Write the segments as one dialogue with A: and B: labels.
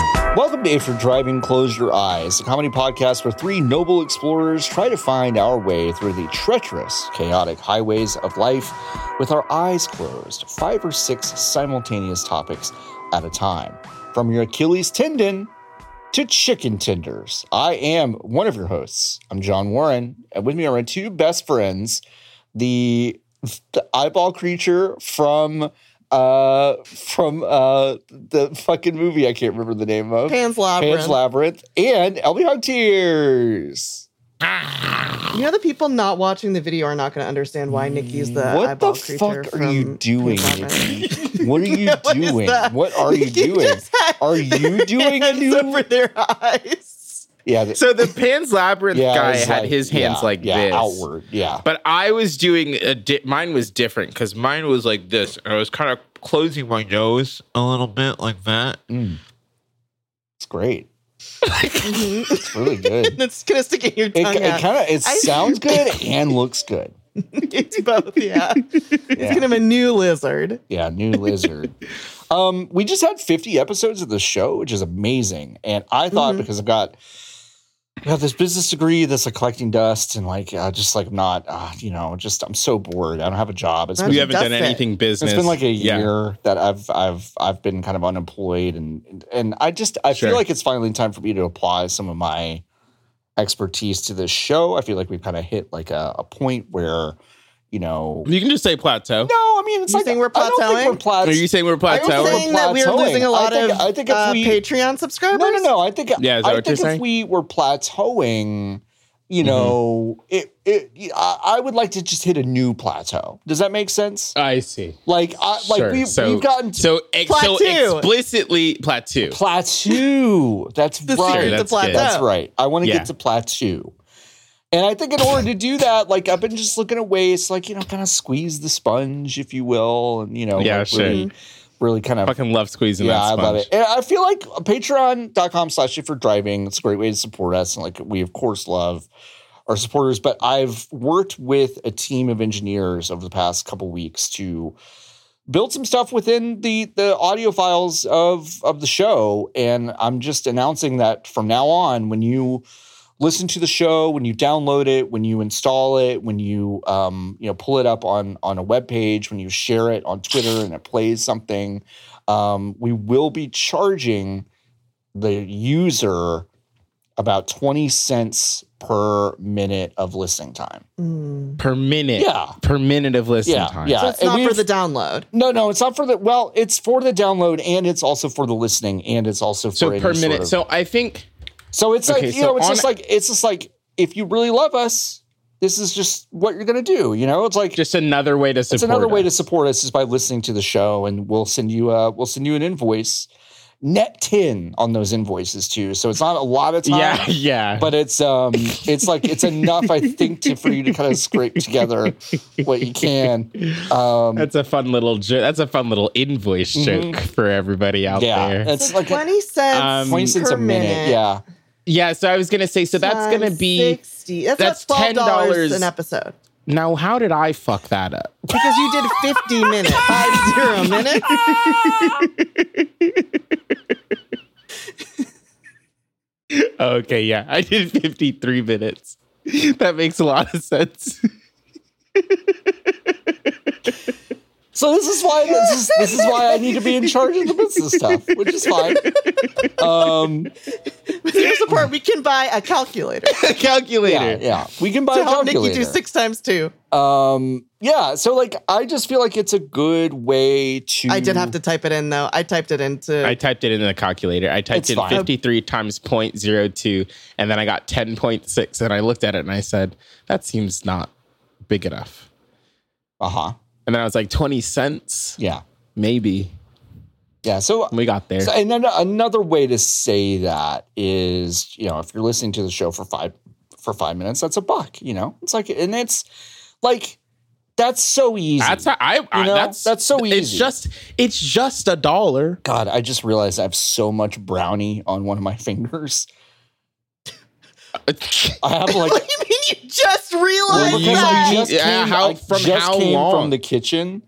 A: Subscribe if you're driving, close your eyes. A comedy podcast where three noble explorers try to find our way through the treacherous, chaotic highways of life with our eyes closed, five or six simultaneous topics at a time. From your Achilles tendon to chicken tenders. I am one of your hosts. I'm John Warren, and with me are my two best friends, the, the eyeball creature from uh from uh the fucking movie I can't remember the name of.
B: Pan's Labyrinth.
A: Pan's Labyrinth and LB Hog Tears.
B: You know the people not watching the video are not going to understand why Nikki's the
A: what
B: eyeball
A: the
B: creature.
A: fuck are
B: from
A: you doing?
B: Pan's Labyrinth.
A: Nikki? what are you
B: What is
A: doing?
B: that?
A: What are you doing?
B: just had
A: Are you doing a
B: hands
A: new?
B: over their eyes?
A: Yeah, th-
C: So the Pan's Labyrinth
A: yeah.
C: guy
A: it's
C: had
A: like-
C: his hands
A: yeah,
C: like
A: yeah,
C: this.
A: outward. Yeah,
C: But I was doing a di- mine was different because mine was like this, and I was kind of closing my nose a little bit like that.
A: Mm. it's great.
B: Mhm.
A: It's really good.
B: it's gonna stick in your
A: Mm-hmm. It,
B: tongue. out.
A: it kind of it
B: I-
A: sounds good and looks good.
B: it's both. Yeah.
A: Yeah.
B: it's gonna be a new lizard.
A: Yeah, new lizard. um, we just had 50 episodes of the show, which is amazing. And I thought
B: Mhm.
A: because I've got I got this business degree that's like collecting dust and like uh, just like not uh, you know just I'm so bored. I don't have a job. It's
B: Right.
A: been,
C: We
B: She
C: haven't
B: does
C: done
B: it.
C: anything business.
A: it's been like a
C: Yeah.
A: year that I've I've I've been kind of unemployed and and I just I
C: Sure.
A: feel like it's finally time for me to apply some of my expertise to this show. I feel like we've kind of hit like a, a point where you know
C: You can just say plateau.
A: no, I mean it's
B: You
A: like
B: think we're
A: I don't think
B: plateauing?
A: we're plateauing.
C: Are you saying we're
A: I don't
B: Are you
A: Tower?
C: plateauing?
B: saying that we're
A: Plateauing.
B: losing a lot
A: I think-
B: of
A: I think if
B: uh,
A: we-
B: Patreon subscribers?
A: No, no, no. I think
C: Yeah, is that
A: I
C: what
A: think
C: you're
A: if
C: saying? Mm-hmm.
A: we were plateauing, you know, it it I, I would like to just hit a new plateau. Does that make sense?
C: I see.
A: Like I like
C: Sure.
A: we've,
C: so,
A: we've gotten to
C: so, ex- so
B: Plateau.
C: explicitly plateau.
A: plateau. That's
B: The
A: right.
B: secret
C: Sure,
B: to
C: that's good.
B: plateau.
A: That's right. I want to
C: Yeah.
A: get to plateau. And I think in order to do that, like I've been just looking at ways, like you know, kind of squeeze the sponge, if you will, and you know,
C: Yeah,
A: like,
C: sure.
A: really, really kind of
C: Fucking love squeezing
A: yeah,
C: that
A: I
C: sponge.
A: love it. And I feel like patreon.com slash if you're driving, it's a great way to support us. And like we of course love our supporters, but I've worked with a team of engineers over the past couple weeks to build some stuff within the the audio files of of the show. And I'm just announcing that from now on, when you listen to the show, when you download it, when you install it, when you um, you know pull it up on on a web page, when you share it on Twitter and it plays something, um, we will be charging the user about 20 cents per minute of listening time.
B: Mm.
C: Per minute.
A: Yeah.
C: Per minute of listen
A: Yeah,
C: time.
A: yeah.
B: So it's
A: and
B: not for
A: we've-
B: the download.
A: No, no, it's not for the well, it's for the download and it's also for the listening and it's also for
C: So
A: any
C: per minute.
A: sort of-
C: so I think
A: So it's
C: Okay,
A: like you
C: so
A: know, it's
C: on-
A: just like it's just like if you really love us, this is just what you're gonna do. You know, it's like
C: just another way to support.
A: it's another way to
C: us.
A: support us is by listening to the show, and we'll send you uh we'll send you an invoice, net ten on those invoices too. So it's not a lot of time.
C: Yeah, yeah.
A: But it's um, it's like it's enough, I think, to, for you to kind of scrape together what you can. Um,
C: That's a fun little jo- that's a fun little invoice
A: Mhm.
C: joke for everybody out
A: yeah,
C: there.
A: it's
B: So
A: like a,
B: 20 cents.
C: Um,
A: twenty cents a
B: per
A: minute.
B: minute.
A: Yeah,
C: Yeah, so I was gonna say, so that's gonna
B: times
C: be
B: 60. That's,
C: that's
B: about $12
C: $10
B: an episode.
C: now. How did I fuck that up?
B: Because you did 50 minutes. Five zero minutes.
C: Okay, yeah, I did fifty three minutes. That makes a lot of sense.
A: So this is why this is this is why I need to be in charge of the business stuff, which is fine. Um,
B: With your support, we can buy a calculator to
A: yeah,
C: Calculator.
A: yeah, we can buy a
B: help Nikki do
A: calculator.
B: six times two.
A: Um, yeah, so like I just feel like it's a good way to.
B: I did have to type it in though. I typed it into.
C: I typed it in the calculator. I typed
A: It's
C: in
A: fine.
C: 53 times 0.02, and then I got 10.6. And I looked at it and I said, that seems not big enough.
A: Uh huh.
C: And then I was like, 20 cents?
A: Yeah,
C: Maybe.
A: yeah. So
C: And we got there.
A: So, and then another way to say that is, you know, if you're listening to the show for five for five minutes, that's a buck. You know, it's like, and it's like that's so easy.
C: That's how, I, I-
A: know,
C: that's
A: that's so
C: It's
A: easy.
C: just it's just a dollar.
A: God, I just realized I have so much brownie on one of my fingers. I have like
B: what do you mean you just realized
C: Well,
A: because
B: that?
A: I
C: you-
A: just
C: Yeah,
A: came,
C: how-
A: I
C: from
A: just
C: how
A: came
C: long?
A: from the kitchen,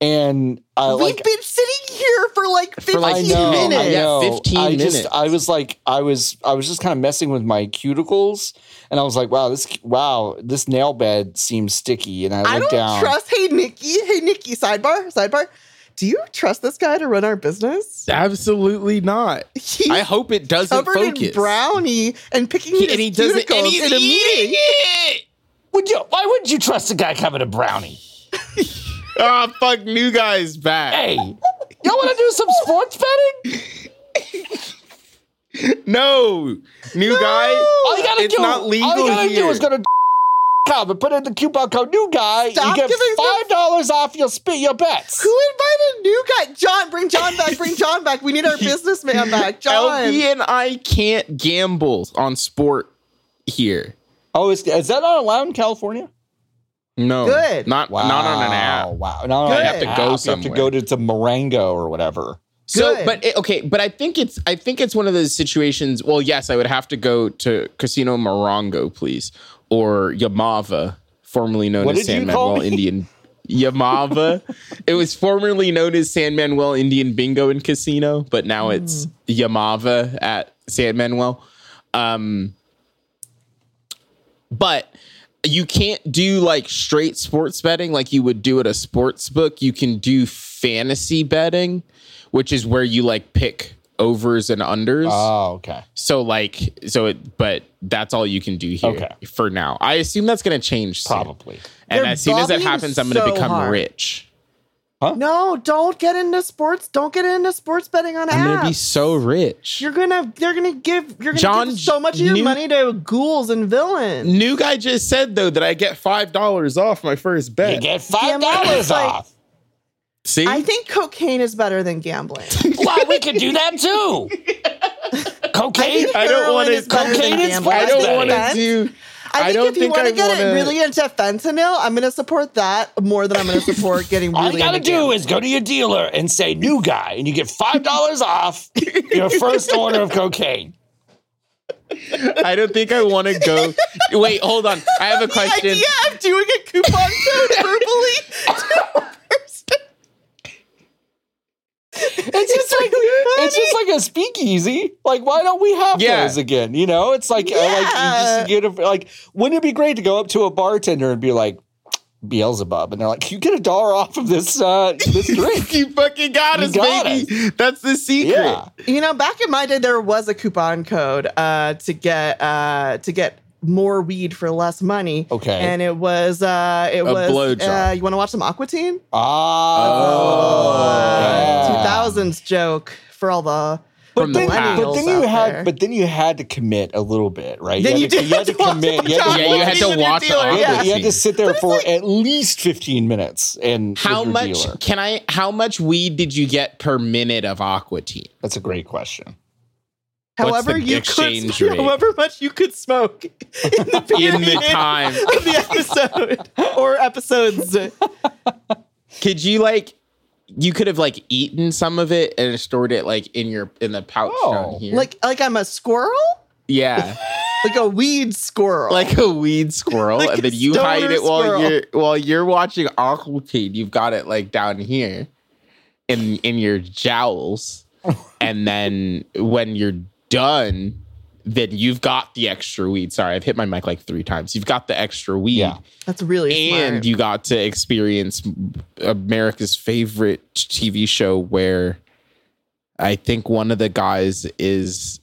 A: and I
B: We've
A: uh, like
B: been sitting here for like 15
D: like,
A: I know,
B: minutes.
A: I
D: Yeah,
A: know.
D: 15
A: I just,
D: minutes.
A: I was like, I was, I was just kind of messing with my cuticles, and I was like, wow, this, wow, this nail bed seems sticky, and I
B: I
A: looked
B: don't
A: down.
B: trust. Hey Nikki, hey Nikki. Sidebar, sidebar. Do you trust this guy to run our business?
D: Absolutely not.
B: He's
C: I hope it doesn't
B: covered
C: focus.
B: in brownie and picking
D: He-
B: his
D: and he doesn't-
B: cuticles
D: and
C: He's
B: in a meeting.
C: eating it.
A: Would you? Why would you trust a guy coming to brownie?
C: Ah, fuck, new guy's back.
A: Hey, y'all want to do some sports betting?
C: No, new guy.
A: All you gotta
C: it's
A: do,
C: not legal
A: all you gotta do
C: here.
A: is go to com and put in the coupon code new guy.
B: Stop
A: you get
B: giving them-
A: five dollars off your spit your bets.
B: Who invited new guy? John, bring John back. Bring John back. We need our businessman back. John.
C: LP and I can't gamble on sport here.
A: Oh, is, is that not allowed in California?
C: No,
B: Good.
C: Not not on an app.
A: Wow, not on
B: Good.
A: an
B: You
A: app.
B: have
C: to go
A: You have
C: somewhere.
A: to go to, to Marengo or whatever.
C: So,
B: Good.
C: but it, okay, but I think it's I think it's one of those situations. Well, yes, I would have to go to Casino Morongo, please, or Yamava, formerly known
A: What
C: as
A: did you
C: San
A: call
C: Manuel
A: me?
C: Indian Yamava. it was formerly known as San Manuel Indian Bingo and Casino, but now
A: Hmm.
C: it's Yamava at San Manuel. Um, but you can't do like straight sports betting like you would do at a sports book. You can do fantasy betting, which is where you like pick overs and unders.
A: Oh, okay.
C: so like so it but that's all you can do here
A: Okay.
C: for now. I assume that's gonna change soon.
A: Probably.
C: And
B: They're
C: as soon as that
B: lobbying
C: happens, I'm gonna
B: so
C: become
B: hard.
C: rich.
B: No, don't get into sports. Don't get into sports betting on
C: I'm gonna be
B: apps.
C: so rich.
B: you're gonna they're gonna give you're gonna
C: John
B: give so much of your
C: New-
B: money to ghouls and villains.
C: New guy just said though that I get five dollars off my first bet.
A: You get five
B: Gambling
A: dollars
B: is like-
A: off.
C: See,
B: I think cocaine is better than gambling.
A: Wow, we could do that too. Cocaine.
C: I don't
B: Heroin
C: want to
B: is better
A: Cocaine
B: than
A: is
B: gambling.
A: better I
C: I don't
A: think
C: want to
B: That's-
C: do.
B: I
C: I
B: think
C: don't
B: if you
C: think
B: want
C: I
B: to get
C: wanna-
B: it really into fentanyl, I'm going to support that more than I'm going to support getting really.
A: All you gotta
B: into
A: do
B: gambling.
A: is go to your dealer and say new guy, and you get five dollars off your first order of cocaine.
C: I don't think I want to go. Wait, hold on. I have a
B: the
C: question.
B: idea of doing a coupon code verbally.
A: It's just like it's just like a speakeasy. Like, why don't we have
C: Yeah.
A: those again? You know, it's like uh, like
B: Yeah.
A: you just get a, like. Wouldn't it be great to go up to a bartender and be like Beelzebub, and they're like, you get a dollar off of this uh, this drink.
C: you fucking got
A: You
C: us,
A: got
C: baby. That's the secret.
A: yeah.
B: You know, back in my day, there was a coupon code uh, to get uh, to get more weed for less money.
A: Okay.
B: and it was uh, it
C: A
B: was
C: blowjob.
B: uh, you want to watch some Aquatine? Uh,
A: Oh,
B: Two
A: yeah.
B: thousands joke for all the.
C: From the
A: then,
C: past.
A: but then
B: millennials
A: you
B: out
A: had,
B: there.
A: but then you had to commit a little bit, right?
B: Then
A: had
B: you
A: to-
B: did
A: You had to
B: have to watch
A: commit.
B: the
A: You had to,
B: Yeah, Even
C: Yeah, you had to
B: your
C: watch the
B: dealer, yeah.
C: Aqua
A: yeah, you had
C: Teen.
A: to sit there for at least fifteen minutes. And
C: How
A: with your
C: much
A: dealer.
C: can I? How much weed did you get per minute of Aquatine?
A: That's a great question.
C: What's
B: However,
C: the
B: you could,
C: exchange rate?
B: however much you could smoke in the period
C: In the time,
B: of the episode or episodes.
C: could you like? You could have like eaten some of it and stored it like in your in the pouch
A: Oh.
C: down here.
B: Like like I'm a squirrel?
C: yeah,
B: Like a weed squirrel.
C: like a weed squirrel,
B: Like
C: and
B: a
C: then you
B: stoner
C: hide it while
B: squirrel.
C: you're while you're watching Aquatine. You've got it like down here, in in your jowls, and then when you're done, then you've got the extra weed. Sorry, I've hit my mic like three times. You've got the extra weed,
A: Yeah.
B: That's really
C: and
B: smart.
C: you got to experience America's favorite TV show, where I think one of the guys is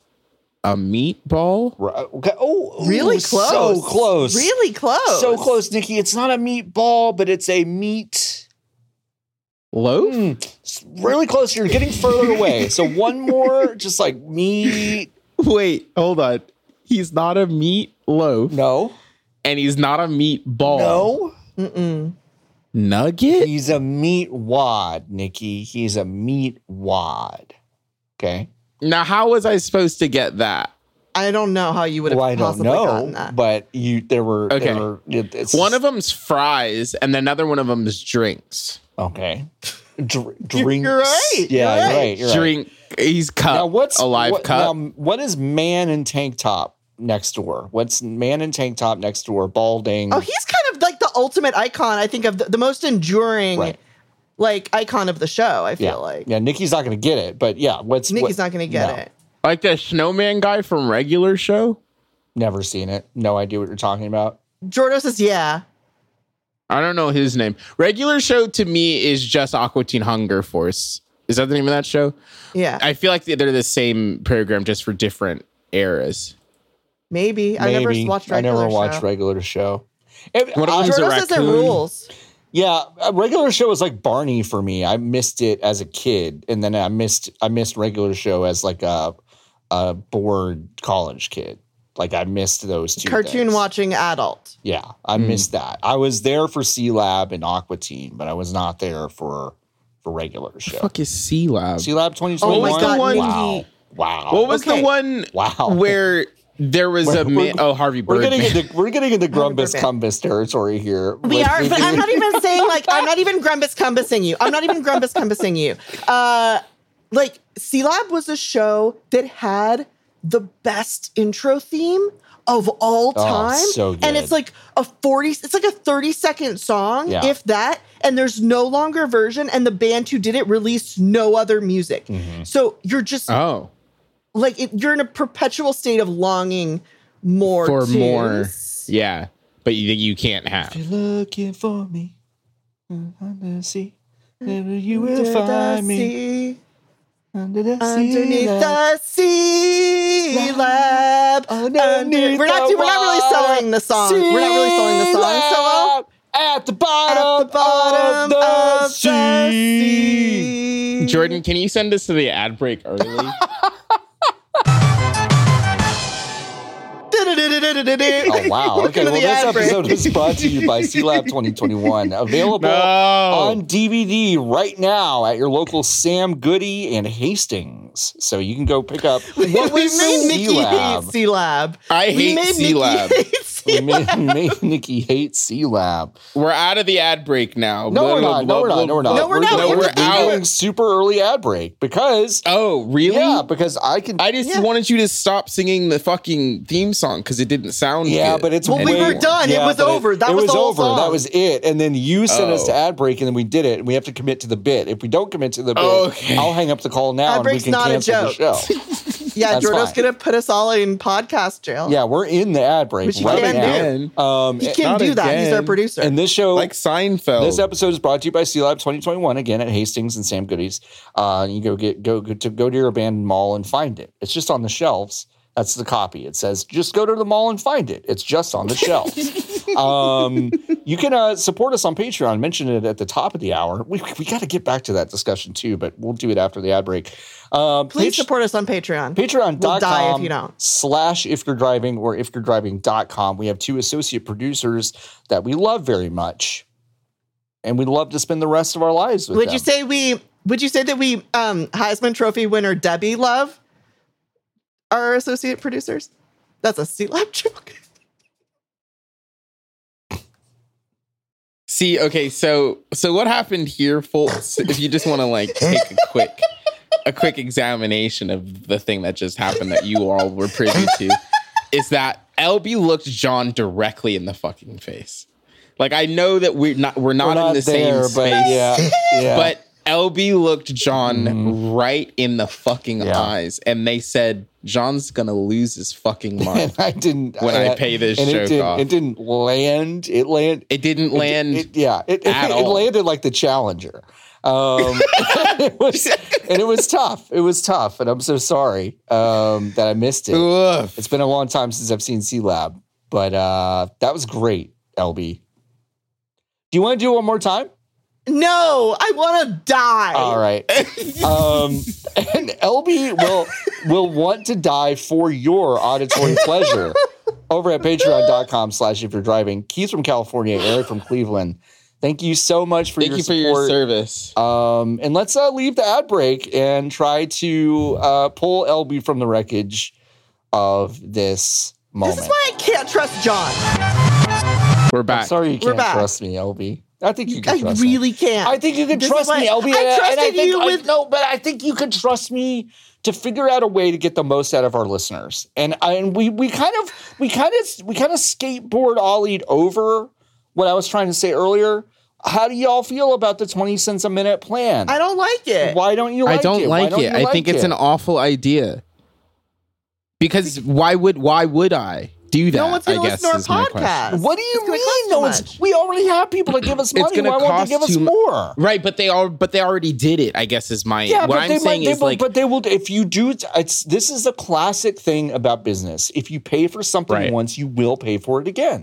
C: a meatball.
A: Right. Okay. Oh, ooh,
B: really close.
A: So close.
B: Really close.
A: So close, Nikki. It's not a meatball, but it's a meat.
C: Loaf?
A: Mm, it's really close. You're getting further away. So one more, just like meat.
C: Wait, hold on. He's not a meat loaf
A: No,
C: and he's not a meatball. Oh.
A: no.
B: Mm-mm.
C: Nugget?
A: He's a meat wad, Nikki. He's a meat wad. Okay.
C: Now how was I supposed to get that?
B: I don't know how you would have
A: Well, Oh, I don't
B: possibly gotten
A: know,
B: that.
A: but you there were
C: Okay.
A: There were, it- it's
C: One of them's fries and another one of them's drinks.
A: okay. Dr- drinks.
B: right.
A: Yeah,
B: You're
A: you're
B: right.
A: right. You're right.
C: Drink he's cup.
A: Now what's
C: a live
A: what,
C: cup?
A: now, what is man in tank top next door? What's man in tank top next door? Balding.
B: oh, he's kind of like the ultimate icon, I think, of the, the most enduring
A: Right.
B: like icon of the show. I feel
A: Yeah.
B: like
A: yeah, Nikki's not going to get it, but yeah, what's
B: Nikki's
A: what-
B: not going to get
A: no.
B: it.
C: Like that snowman guy from regular show.
A: never seen it. No idea what you're talking about.
B: Jordo says, "Yeah,
C: I don't know his name. Regular show to me is just Aqua Teen Hunger Force. Is that the name of that show?
B: yeah,
C: I feel like they're the same program, just for different eras.
B: maybe." I never
A: Maybe.
B: watched regular
A: I never watched
B: show.
A: regular show. It-
C: One of
A: I-
C: them's a
B: Jordo says it
C: raccoon.
B: rules.
A: yeah, a regular show was like Barney for me. I missed it as a kid, and then I missed I missed regular show as like a a bored college kid. Like I missed those two
B: Cartoon
A: things.
B: watching adult.
A: Yeah, I
C: Mm.
A: missed that. I was there for C Lab and Aqua Teen, but I was not there for for regular show.
C: Fuck is C Lab?
A: C Lab twenty
B: Oh
A: twenty
B: my
A: one.
B: God, Nikki.
A: Wow, wow.
C: What was
B: Okay.
C: the one
A: Oh, wow?
C: where there was
A: We're-
C: a man? Oh, Harvey
A: We're
C: Birdman.
A: getting into we're getting into grumbus
B: Birdman.
A: cumbus territory here.
B: We
A: Like,
B: are, but I'm not even saying like I'm not even grumbus compassing you. I'm not even grumbus compassing you. Uh, like C Lab was a show that had the best intro theme of all time,
A: Oh, so
B: and
A: good.
B: it's like a forty, it's like a thirty second song,
A: Yeah.
B: if that. And there's no longer version, and the band who did it released no other music.
A: Mm-hmm.
B: So you're just
C: oh,
B: like it, you're in a perpetual state of longing more
C: for
B: tunes.
C: more. Yeah, but you, you can't have.
A: If you're looking for me, under the sea, there you
B: Under
A: will
B: the
A: find me
B: sea.
A: under the sea.
B: Underneath
A: that-
B: the sea lab. Under-
A: underneath
B: we're not
A: the
B: do- we're not really
A: water,
B: selling the song. We're not really selling the
A: sea
B: song so well.
A: lab, At the bottom,
B: At the bottom
A: of the
B: of
A: sea.
B: the sea.
C: Jordan, can you send us to the ad break early?
A: Oh wow! Okay,
B: Welcome to
A: well
B: the
A: this
B: ad break.
A: episode is brought to you by C Lab 2021, available on
C: no.
A: DVD right now at your local Sam Goody and Hastings. So you can go pick up.
B: What we
A: was
B: made Nikki hate
A: C-Lab?
B: C Lab.
C: I
B: We
C: hate
B: made
C: C Lab.
B: Nikki hate C
A: We made, made Nikki hate C Lab.
C: We're out of the ad break now.
A: No, we're not. No, we're not. No, we're not.
B: No, we're not.
A: doing-
B: No,
C: we're
A: doing
C: out.
A: super early ad break because
C: Oh, really?
A: yeah, because I can.
C: I just
B: Yeah.
C: wanted you to stop singing the fucking theme song because it didn't sound
A: yeah,
C: good.
A: but it's
B: Well, we
A: way-
B: were done. It was
A: but
B: over. That
A: it
B: was the whole
A: over.
B: song.
A: That was it. And then you sent us
C: Oh.
A: to ad break, and then we did it. And we have to commit to the bit. If we don't commit to the bit,
C: Okay.
A: I'll hang up the call now,
B: Ad
A: and we
B: break's
A: can
B: not a
A: cancel the
B: joke.
A: show.
B: Yeah,
A: That's
B: Jordo's
A: fine.
B: gonna put us all in podcast jail.
A: Yeah, we're in the ad break
B: Which you
A: right
B: can
A: now.
C: again,
A: Um,
B: He can
C: Not
B: do that. He's our
C: again.
B: producer.
A: and this show,
C: like Seinfeld.
A: this episode is brought to you by C Lab 2021 again at Hastings and Sam Goodies. Uh, you go get go, go to go to your abandoned mall and find it. It's just on the shelves. That's the copy. It says just go to the mall and find it. It's just on the shelves. um, you can uh, support us on Patreon. Mentioned it at the top of the hour. We, we got to get back to that discussion too, but we'll do it after the ad break. Um,
B: Please
A: Patreon-
B: support us on Patreon. We'll die if
A: patreon.com
B: you don't.
A: slash if you're driving or if you're driving.com we have two associate producers that we love very much and we love to spend the rest of our lives with
B: Would
A: them.
B: you say we? Would you say that we um, Heisman Trophy winner Debbie Love are our associate producers? That's a C Lab joke.
C: See, okay, so so what happened here, folks? if you just want to like take a quick a quick examination of the thing that just happened that you all were privy to, is that LB looked John directly in the fucking face. Like I know that we're not we're not,
A: We're
C: in the same
A: there,
C: space,
A: but yeah, yeah.
C: but LB looked John right in the fucking
A: Yeah.
C: eyes, and they said John's gonna lose his fucking
A: and
C: mind.
A: I didn't
C: When I
A: and
C: pay this
A: and it
C: joke
A: didn't,
C: off.
A: it didn't land. It land.
C: it didn't land.
A: it- yeah, it, it,
C: at
A: it
C: all.
A: landed like the Challenger. Um, it was, and it was tough. It was tough, and I'm so sorry um, that I missed it.
C: Oof.
A: It's been a long time since I've seen C Lab, but uh, that was great, LB. Do you want to do it one more time?
B: No, I want to die.
A: All right. um, and LB will will want to die for your auditory pleasure over at patreon.com slash if you're driving. Keith from California, Eric from Cleveland. Thank you so much for
C: Thank
A: your
C: you for
A: support.
C: your service.
A: Um, and let's uh, leave the ad break and try to uh, pull LB from the wreckage of this moment.
B: This is why I can't trust John.
C: We're back.
A: I'm sorry you
B: We're
A: can't
B: back.
A: trust me, LB. I think you can
B: I
A: trust me.
B: really can't.
A: I think you can
B: This is
A: trust
B: why-
A: me, LB.
B: I
A: and and I
B: trusted
A: think
B: you
A: I-
B: with-
A: no, but I think you can trust me to figure out a way to get the most out of our listeners. And I, and we we kind of we kind of we kind of skateboard ollied over what I was trying to say earlier. How do y'all feel about the 20 cents a minute plan?
B: I don't like it.
A: Why don't you like
C: I don't
A: it? Why
C: like
A: don't
C: it.
A: you
C: I think
A: like
C: it's an
A: it?
C: awful idea. Because why would why would I do that?
B: no one's going
C: I
B: to
C: guess
B: listen to our
C: is my question.
B: podcast.
A: What do you
B: It's gonna cost
A: mean?
B: too
A: No, it's,
B: much.
A: we already have people to give us money.
C: gonna
A: Why won't
C: cost
A: they give us
C: too mu-
A: more?
C: Right, but they all but they already did it. I guess is my
A: Yeah,
C: what
A: but
C: I'm
A: they
C: saying
A: might. They
C: is
A: will,
C: like
A: but they will. If you do, it's this is a classic thing about business. If you pay for something
C: Right.
A: once, you will pay for it again.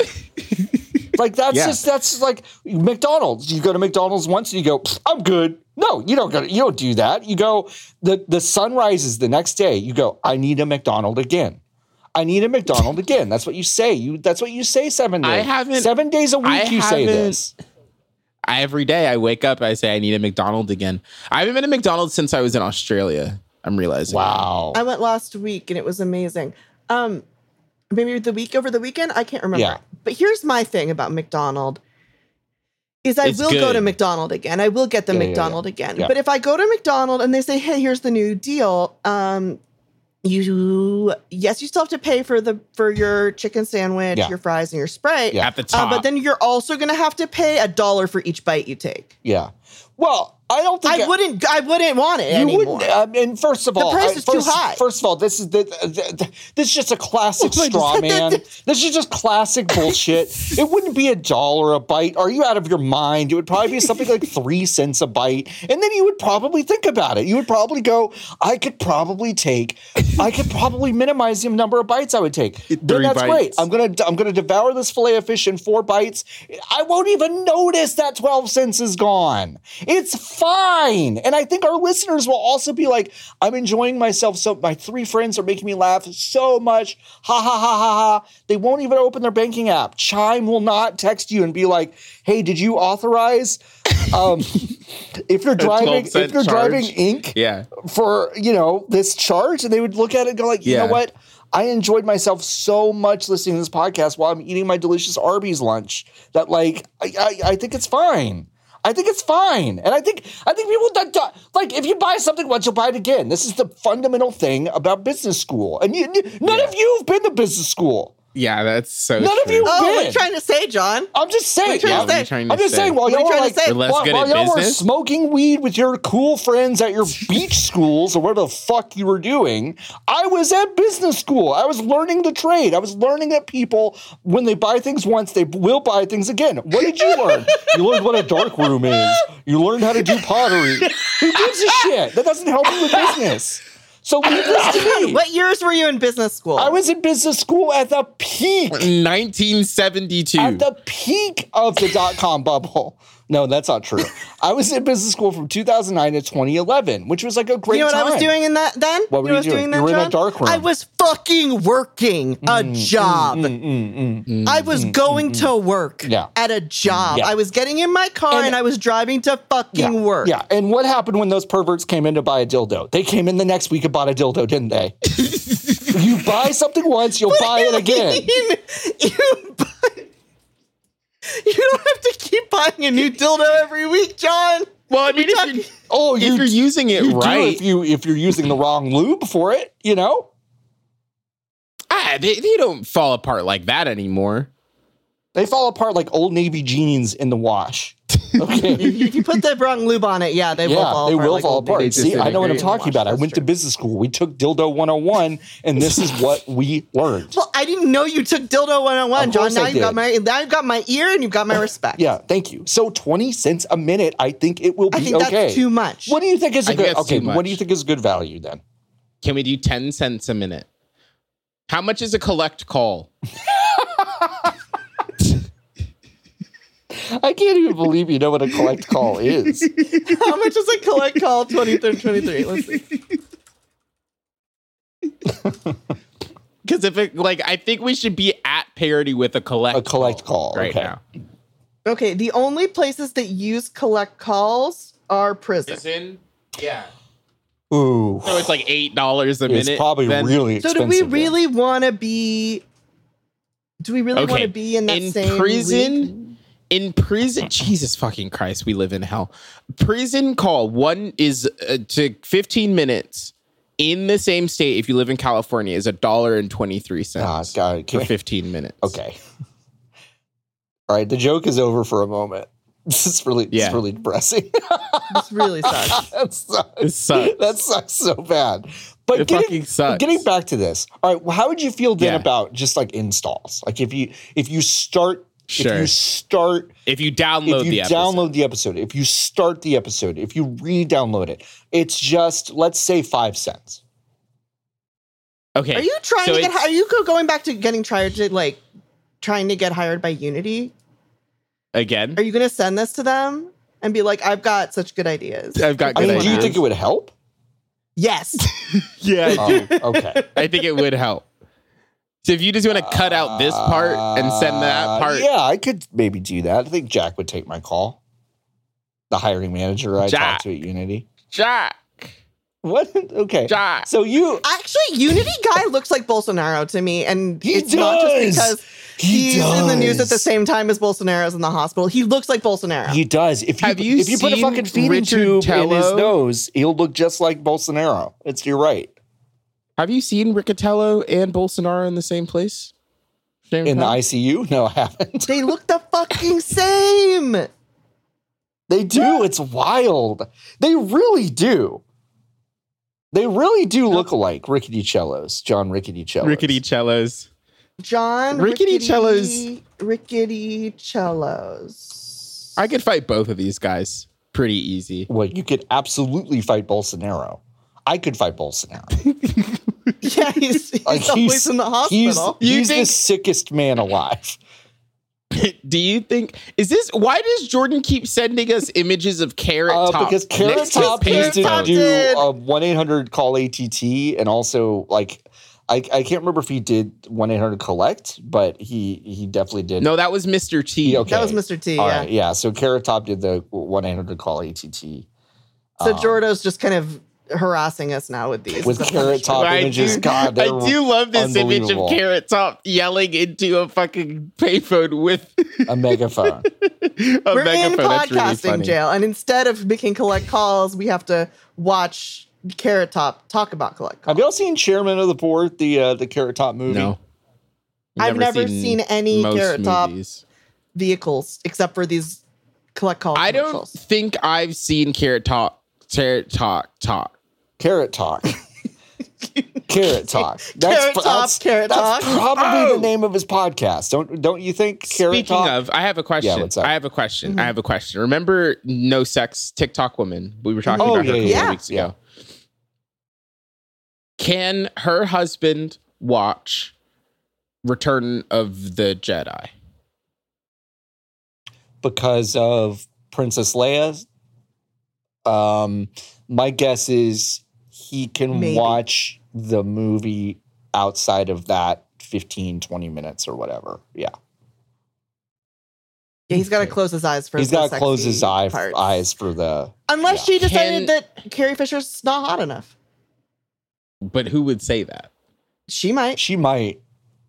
A: like that's
C: Yeah.
A: just that's just like McDonald's. You go to McDonald's once and you go, "Pfft, I'm good. No, you don't go. You don't do that. You go. The the sun rises the next day. You go. I need a McDonald again. I need a McDonald again. That's what you say. You that's what you say seven days.
C: I haven't-
A: seven days a week.
C: I
A: you say
C: haven't-
A: this.
C: I, every day I wake up, I say I need a McDonald's again. I haven't been to McDonald's since I was in Australia. I'm realizing.
A: Wow.
B: I went last week and it was amazing. Um, maybe the week over the weekend. I can't remember.
A: Yeah.
B: But here's my thing about McDonald is I
C: It's
B: will go to
C: good.
B: McDonald again. I will get the
A: Yeah, yeah, yeah.
B: McDonald again.
A: Yeah.
B: But if I go to McDonald and they say, "Hey, here's the new deal," um, you yes, you still have to pay for the for your chicken sandwich,
A: Yeah.
B: your fries, and your sprite.
A: Yeah.
C: At the
B: Uh,
C: top,
B: but then you're also going to have to pay a dollar for each bite you take.
A: yeah. Well, I don't think
B: I wouldn't. I wouldn't want it
A: You
B: anymore.
A: wouldn't. I mean, first of all,
B: price
A: I-
B: is too
A: first,
B: high.
A: First of all, this is the, the, the- this is just a classic
B: Oh my
A: straw
B: God.
A: man. this is just classic bullshit. it wouldn't be a dollar a bite. Are you out of your mind? It would probably be something like three cents a bite, and then you would probably think about it. You would probably go, "I could probably take, I could probably minimize the number of bites I would take." Then
C: Three
A: that's great.
C: bites.
A: I'm gonna I'm gonna devour this fillet of fish in four bites. I won't even notice that 12 cents is gone. It's fine. And I think our listeners will also be like, I'm enjoying myself. So my three friends are making me laugh so much. Ha ha ha ha ha. They won't even open their banking app. Chime will not text you and be like, hey, did you authorize? Um, if you're driving, if
C: 12
A: you're
C: charge.
A: driving ink,
C: yeah,
A: for you know this charge and they would look at it and go like you know
C: Yeah.
A: what i enjoyed myself so much listening to this podcast while i'm eating my delicious arby's lunch that like i, I, I think it's fine I think it's fine, and I think I think people that do- like if you buy something once, you'll buy it again. This is the fundamental thing about business school, and you, you- none of you have been to business school.
C: yeah, that's so.
A: None of
C: true.
A: you-
B: Oh, what are
A: Good.
B: you trying to say, John?
A: I'm just saying.
B: trying to
A: I'm-
B: say-
C: I'm trying to
A: I'm just
C: say.
A: saying. While
B: What
A: y'all
B: are you
A: were
B: trying
A: like,
B: to say?
C: We're less
A: while,
C: good
A: while
C: at
A: y'all were
C: business?
A: smoking weed with your cool friends at your beach schools or whatever the fuck you were doing, I was at business school. I was learning the trade. I was learning that people, when they buy things once, they will buy things again. What did you learn? you learned what a dark room is. You learned how to do pottery. Who gives a shit? That doesn't help you with business. So leave this to me.
B: What years were you in business school?
A: I was in business school at the peak
C: 1972.
A: at the peak of the dot com bubble. No, that's not true. I was in business school from 2009 to 2011, which was like a great
B: you know what I was
A: time.
B: doing in that then?
A: What were
B: know
A: you doing?
B: I
A: You
B: was
A: were in a
B: then, John?
A: dark room. Mm,
B: I was fucking working a job. I was going to work
A: Yeah.
B: at a job.
A: Yeah.
B: I was getting in my car
A: And-
B: and, I was driving to fucking
A: yeah,
B: work.
A: Yeah. And what happened when those perverts came in to buy a dildo? They came in the next week and bought a dildo, didn't they? you buy something once, you'll buy it again.
B: you, buy- you don't have to keep buying a new dildo every week, John.
C: well, I mean, if you're,
A: Oh, you,
C: if you're using it
A: you do
C: right,
A: if you if you're using the wrong lube for it, you know?
C: ah, they, they don't fall apart like that anymore.
A: They fall apart like old navy jeans in the wash. Okay.
B: If you put the wrong lube on it, yeah, they will
A: yeah,
B: fall
A: they
B: apart.
A: will
B: like
A: fall
B: old
A: apart.
B: babies.
A: See, I know what I'm
B: disintegrate.
A: talking about. I
B: That's
A: went to
B: true.
A: business school. We took dildo 101, and this is what we learned.
B: Well, I didn't know you took dildo 101,
A: Of
B: John.
A: course
B: Now
A: I
B: you've got
A: did.
B: my now you've got my ear and you've got my respect.
A: Yeah, thank you. So 20 cents a minute, I think it will be
B: I think
A: okay.
B: that's too much.
A: What do you think is a
C: I think
A: good
C: that's
A: okay?
C: too
A: What do you
C: much.
A: think is good value then?
C: Can we do 10 cents a minute? How much is a collect call?
A: I can't even believe you know what a collect call is.
B: How much is a collect call 23rd, 23? Let's see.
C: Because if it like, I think we should be at parity with a collect
A: A collect call,
C: right
A: okay.
C: now.
B: Okay, the only places that use collect calls are prison.
C: Listen, yeah.
A: Ooh,
C: So it's like eight dollars a minute.
A: it's probably
C: then?
A: really
B: So
A: expensive.
B: do we
A: then.
B: really want to be do we really want
C: Okay,
B: to be in that
C: in
B: same
C: prison?
B: league?
C: in prison. Jesus fucking Christ, we live in hell. Prison call one is uh, to fifteen minutes in the same state. If you live in California, is a dollar and twenty three
A: Ah,
C: cents
A: God,
C: for
A: can we-
C: fifteen minutes.
A: okay. All right, the joke is over for a moment. This is really, this is
C: Yeah.
A: really depressing.
B: This really sucks.
A: that sucks.
C: It sucks.
A: That sucks so bad. But
C: It
A: getting,
C: fucking sucks.
A: getting back to this, all right. Well, how would you feel then
C: Yeah.
A: about just like installs? Like if you if you start if
C: Sure.
A: you start
C: if you download
A: if you
C: the episode,
A: download the episode, if you start the episode, if you re-download it, it's just let's say five cents.
C: okay.
B: Are you trying
C: so
B: to get?
C: it's-
B: Are you go- going back to getting hired to like trying to get hired by Unity?
C: again?
B: Are you going to send this to them and be like, "I've got such good ideas"?
C: I've got
A: I
C: good
A: mean, do you
C: ideas.
A: think it would help?
B: yes.
C: yeah, I
A: Oh, okay.
C: I think it would help. So if you just want to cut out this part and send that
A: Uh,
C: part,
A: Yeah, I could maybe do that. I think Jack would take my call. The hiring manager I
C: Jack.
A: talked to at Unity.
C: Jack,
A: What? Okay.
C: Jack,
A: So you
B: Actually, Unity guy looks like Bolsonaro to me, and
A: He
B: it's not
A: does.
B: just because
A: he
B: he's in the news at the
A: does.
B: same time as Bolsonaro's in the hospital. He looks like Bolsonaro.
A: He does. If you,
C: Have you
A: if you put a
C: seen
A: fucking feeding
C: Richard
A: tube in his
C: Tello?
A: nose, he'll look just like Bolsonaro. It's you're right.
C: have you seen Riccatello and Bolsonaro in the same place? Same
A: In the
C: time?
A: ICU? No, I haven't.
B: they look the fucking same.
A: They do. It's wild. They really do. They really do look alike. Rickety Cellos, John Rickety Cellos.
C: rickety cellos.
B: John
C: Rickety cellos.
B: Rickety cellos.
C: I could fight both of these guys pretty easy.
A: Well, you could absolutely fight Bolsonaro. I could fight Bolsonaro.
B: yeah, he's, he's
A: Like,
B: always in the
A: Uh, He's,
B: hospital.
C: You
A: he's the
C: think-
A: sickest man alive.
C: Do you think is this why does Jordan keep sending us images of carrot
A: Uh,
C: top?
A: because Carrot
C: next to his
A: Top
C: pink
A: used to
C: phone?
B: Top
A: do
B: did.
A: a one eight hundred call ATT, and also like I, I can't remember if he did one eight hundred collect, but he he definitely did.
C: No, that was Mr. T.
A: Yeah, okay.
B: That was Mr. T.
A: All
B: yeah.
A: right, yeah. So Carrot Top did the one eight hundred call ATT
B: So
A: Um,
B: Jordo's just kind of harassing us now with these.
A: with Carrot Top
C: I
A: images.
C: do-
A: God,
C: I
A: they were
C: do love this image
A: unbelievable.
C: of Carrot Top yelling into a fucking payphone with
A: a megaphone.
B: We're
C: a megaphone.
B: in
C: That's really
B: podcasting
C: funny.
B: jail, and instead of making collect calls, we have to watch Carrot Top talk about collect calls.
A: Have y'all seen Chairman of the Board, the uh, the Carrot Top movie?
C: No,
B: I've never seen any
C: most
B: Carrot Top
C: movies.
B: vehicles except for these collect call
C: I don't
B: commercials.
C: think I've seen Carrot Top. Carrot Top. Top.
A: Carrot Talk. Carrot Talk. That's,
B: Carrot Top,
A: that's-
B: Carrot
A: that's
B: Talk.
A: probably
C: Oh!
A: the name of his podcast. Don't don't you think? Carrot
C: Speaking
A: Talk.
C: of, I have a question.
A: what's up?
C: I have a question. I have a question. Remember, no sex TikTok woman. We were talking
A: Oh,
C: about
A: yeah,
C: her a couple
B: yeah.
C: of weeks ago. Can her husband watch Return of the Jedi?
A: because of Princess Leia. Um, my guess is he can
B: Maybe.
A: watch the movie outside of that 15, 20 minutes or whatever. Yeah.
B: Yeah, he's got to close his eyes for.
A: He's
B: got
A: got to close his eye, eyes for the.
B: Unless she decided
C: Can-
B: that Carrie Fisher's not hot enough,
C: But who would say that?
B: she might.
A: She might.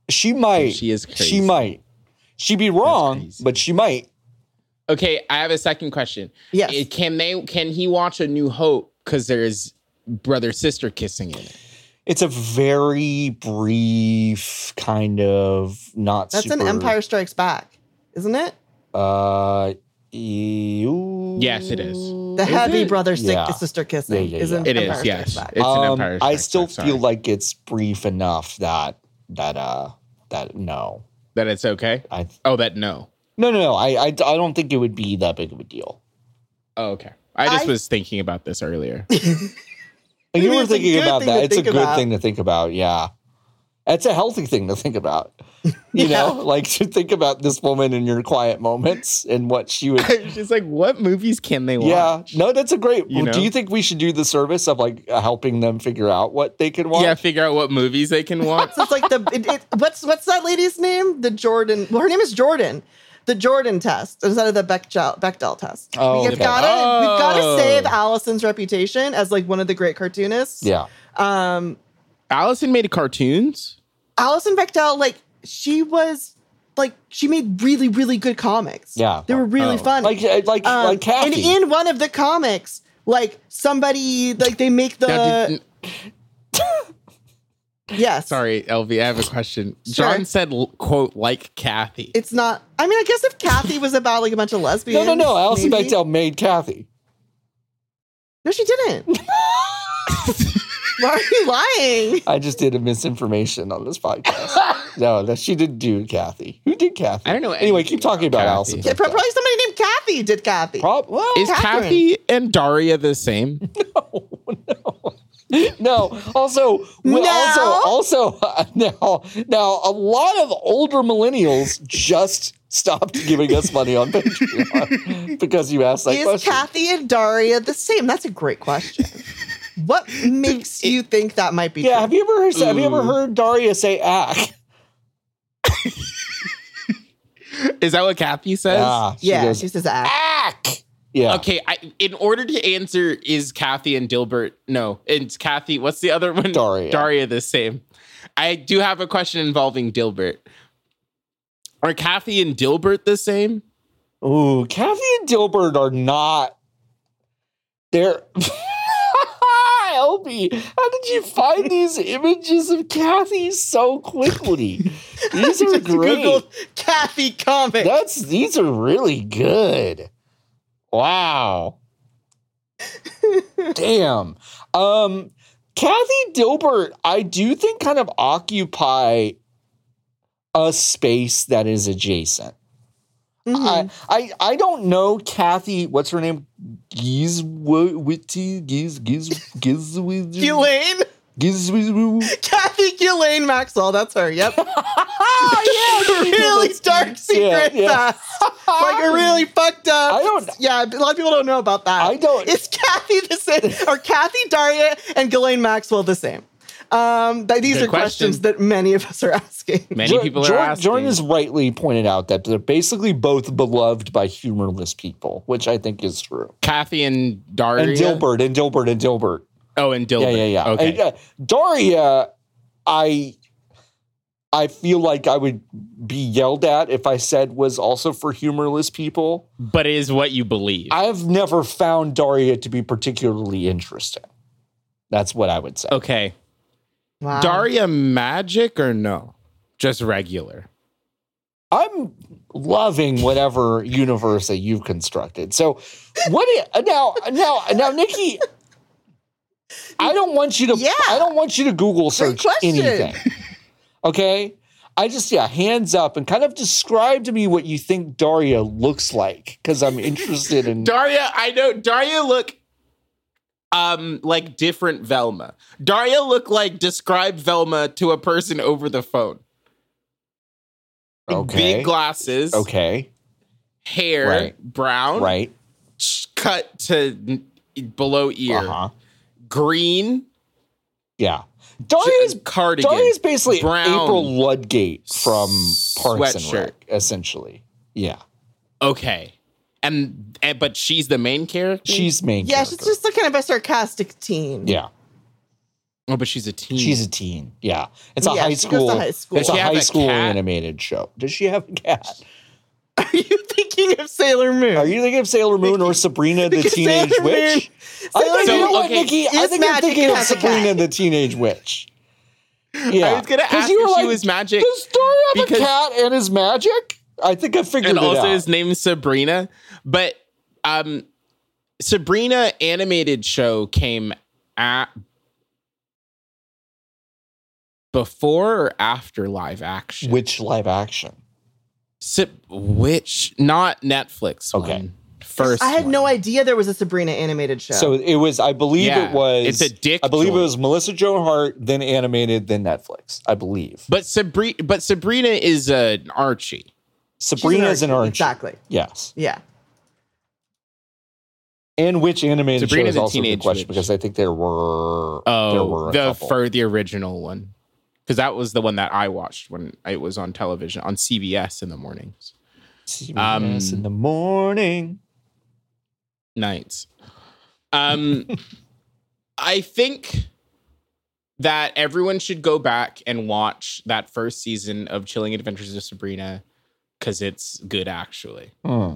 A: She might.
C: She is crazy.
A: She might. She'd be wrong,
C: crazy.
A: but she might.
C: Okay, I have a second question.
B: Yes.
C: It- Can they? Can he watch A New Hope because there is brother sister kissing in it?
A: It's a very brief kind of not.
B: That's an
A: super-
B: Empire Strikes Back, isn't it?
A: Uh, you-
C: Yes, it is.
B: The
C: Is
B: heavy
C: it?
B: brother sick,
A: Yeah.
B: sister kissing
A: Yeah, yeah,
B: isn't
C: It is,
B: Empire
C: yes.
B: Strikes Back.
C: It's an
A: Um,
C: Empire
A: I
C: Strikes
A: still
C: Back,
A: feel
C: sorry.
A: like it's brief enough that that uh that no,
C: That it's okay.
A: I
C: Oh, that no.
A: no no no I I, I don't think it would be that big of a deal.
C: Oh, okay. I just
B: I-
C: was thinking about this earlier.
A: And
B: I
A: you
B: mean,
A: were
B: it's a
A: thinking
B: good
A: about
B: thing to
A: that. It's a
B: think
A: good
B: about.
A: thing to think about. Yeah, it's a healthy thing to think about. You
B: Yeah.
A: know, like to think about this woman in your quiet moments and what she would.
C: She's like, what movies can they watch?
A: yeah, no, that's a great.
C: You
A: Do
C: know?
A: you think we should do the service of like uh, helping them figure out what they can watch?
C: Yeah, figure out what movies they can watch.
B: So it's like the it, it, what's what's that lady's name? The Jordan. Well, her name is Jordan. The Jordan test instead of the Bechdel, Bechdel test.
A: Oh,
B: we've
A: okay.
B: got to we've got
C: Oh.
B: to save Allison's reputation as like one of the great cartoonists.
A: yeah.
B: Um,
C: Allison made cartoons.
B: Alison Bechdel, like she was like she made really really good comics.
A: Yeah.
B: they were really
C: Oh.
B: fun.
A: Like, uh, like,
B: Um,
A: like Kathy.
B: and in one of the
A: Uh,
B: comics, like somebody like they make the
C: Now, did-
B: Yes.
C: Sorry, LV, I have a question.
B: Sure.
C: John said, l- quote, like Kathy.
B: It's not. I mean, I guess if Kathy was about like a bunch of
A: No,
B: lesbians.
A: no, no. Alison
B: maybe.
A: Bechdel made Kathy.
B: No, she didn't. Why are you lying?
A: I just did a misinformation on this podcast. no, that she didn't do Kathy. Who did Kathy?
C: I don't know
A: Anyway,
C: anything
A: keep talking
C: about
A: about
C: Kathy.
A: Alison.
B: Yeah,
A: Bechdel.
B: probably somebody named Kathy did Kathy.
A: Prob- well,
C: Is
B: Catherine.
C: Kathy and Daria the same?
A: no. Also, well,
B: No.
A: also, also, uh, now, now, a lot of older millennials just stopped giving us money on Patreon because you asked that
B: Is
A: question.
B: Kathy and Daria the same? That's a great question. what makes you think that might be
A: yeah,
B: true?
A: have you ever heard, have you ever
C: Ooh.
A: heard Daria say "ack"?
C: Is that what Kathy says?
A: Ah, she
B: yeah,
A: goes,
B: she says act.
A: "ack." Yeah,
C: Okay, I, in order to answer, is Kathy and Dilbert, no, it's Kathy, what's the other one?
A: Daria.
C: Daria the same. I do have a question involving Dilbert. Are Kathy and Dilbert the same?
A: Ooh, Kathy and Dilbert are not. They're. Elby, how did you find these images of Kathy so quickly? These are great.
B: Googled Kathy comic.
A: That's these are really good. Wow. Damn. Um Kathy Dilbert, I do think kind of occupy a space that is adjacent.
B: Mhm.
A: I, I I don't know Kathy, what's her name? Gizwitty Giz Giz Giz
B: Ghislaine.
A: Giz
B: Kathy Ghislaine Maxwell. That's her. Yep. Oh, really dark secret
A: yeah.
B: past. Like a really fucked up.
A: Um, I don't-
B: Yeah, a lot of people don't know about that.
A: I don't-
B: Is Kathy the same? Are Kathy, Daria, and Ghislaine Maxwell the same? Um, but these
C: Good
B: are questions
C: question.
B: that many of us are asking.
C: Many
A: Jo-
C: people
A: Jor-
C: are asking.
A: Jordan has rightly pointed out that they're basically both beloved by humorless people, which I think is true.
C: Kathy and Daria.
A: And Dilbert, and Dilbert, and Dilbert.
C: Oh, and Dilbert.
A: Yeah, yeah, yeah.
C: Okay.
A: And, uh, Daria, I, I feel like I would be yelled at if I said was also for humorless people.
C: but it is what you believe.
A: I've never found Daria to be particularly interesting. That's what I would say.
C: okay.
B: Wow.
C: Daria magic or no? Just regular.
A: I'm loving whatever universe that you've constructed. So, what i- now? Now, now, Nikki, I don't want you to.
B: Yeah.
A: I don't want you to Google search
B: question.
A: anything. Okay. I just yeah, hands up and kind of describe to me what you think Daria looks like because I'm interested in.
C: Daria, I know Daria look um like different Velma. Daria look like describe Velma to a person over the phone.
A: Okay.
C: Big glasses,
A: okay.
C: hair
A: Right.
C: brown,
A: Right.
C: sh- cut to n- below ear,
A: Uh huh.
C: green,
A: Yeah.
C: j-
A: Daria's
C: cardigan.
A: Daria's basically
C: Brown.
A: April Ludgate from Parks
C: Sweatshirt.
A: and Rec, essentially. Yeah.
C: okay. And, and but she's the main character.
A: She's main.
B: Yeah, she's
A: character.
B: just a kind of a sarcastic teen.
A: Yeah,
C: oh, but she's a teen.
A: she's a teen. Yeah, it's a
B: Yeah,
A: high
B: she goes to
A: school.
B: high school.
A: It's
C: Does
A: a
C: she have
A: high
C: a
A: school
C: cat?
A: animated show. Does she have a cat?
B: Are you thinking of Sailor Moon?
A: Are you thinking of Sailor Moon or Sabrina the
B: Because
A: Teenage
B: Sailor Moon-
A: Witch? I
B: Sailor
A: think you know
C: Moon
A: what,
C: okay,
A: Nikki. I
B: is
A: think you're
B: magic
A: thinking of
B: has a cat.
A: Sabrina the Teenage Witch. Yeah,
C: I was gonna
A: 'Cause
C: ask
A: you
C: if
A: were
C: she
A: like,
C: was magic,
A: Does story have
C: because-
A: a cat and his magic? I think I figured
C: and
A: it
C: also
A: out.
C: his name is Sabrina. But um, Sabrina animated show came at before or after live action.
A: Which live action?
C: Sip, which not Netflix.
A: Okay.
C: one. first.
B: I had
C: one.
B: no idea there was a Sabrina animated show.
A: So it was. I believe
C: Yeah,
A: it was.
C: it's a dick
A: I believe
C: joint.
A: it was Melissa Joan Hart, then animated, then Netflix. I believe.
C: But Sabrina, but Sabrina is an Archie.
B: She's an
A: Sabrina's an
B: Archie.
A: orange.
B: Exactly.
A: Yes.
B: Yeah.
A: And which animated
C: Sabrina
A: show is
C: the
A: also a good
C: Teenage
A: question
C: Witch.
A: because I think there were there were
C: Oh,
A: a
C: the
A: couple.
C: for the original one, because that was the one that I watched when it was on television on CBS in the mornings. um,
A: CBS in the morning.
C: nights. Um, I think that everyone should go back and watch that first season of Chilling Adventures of Sabrina because it's good, actually.
A: Hmm.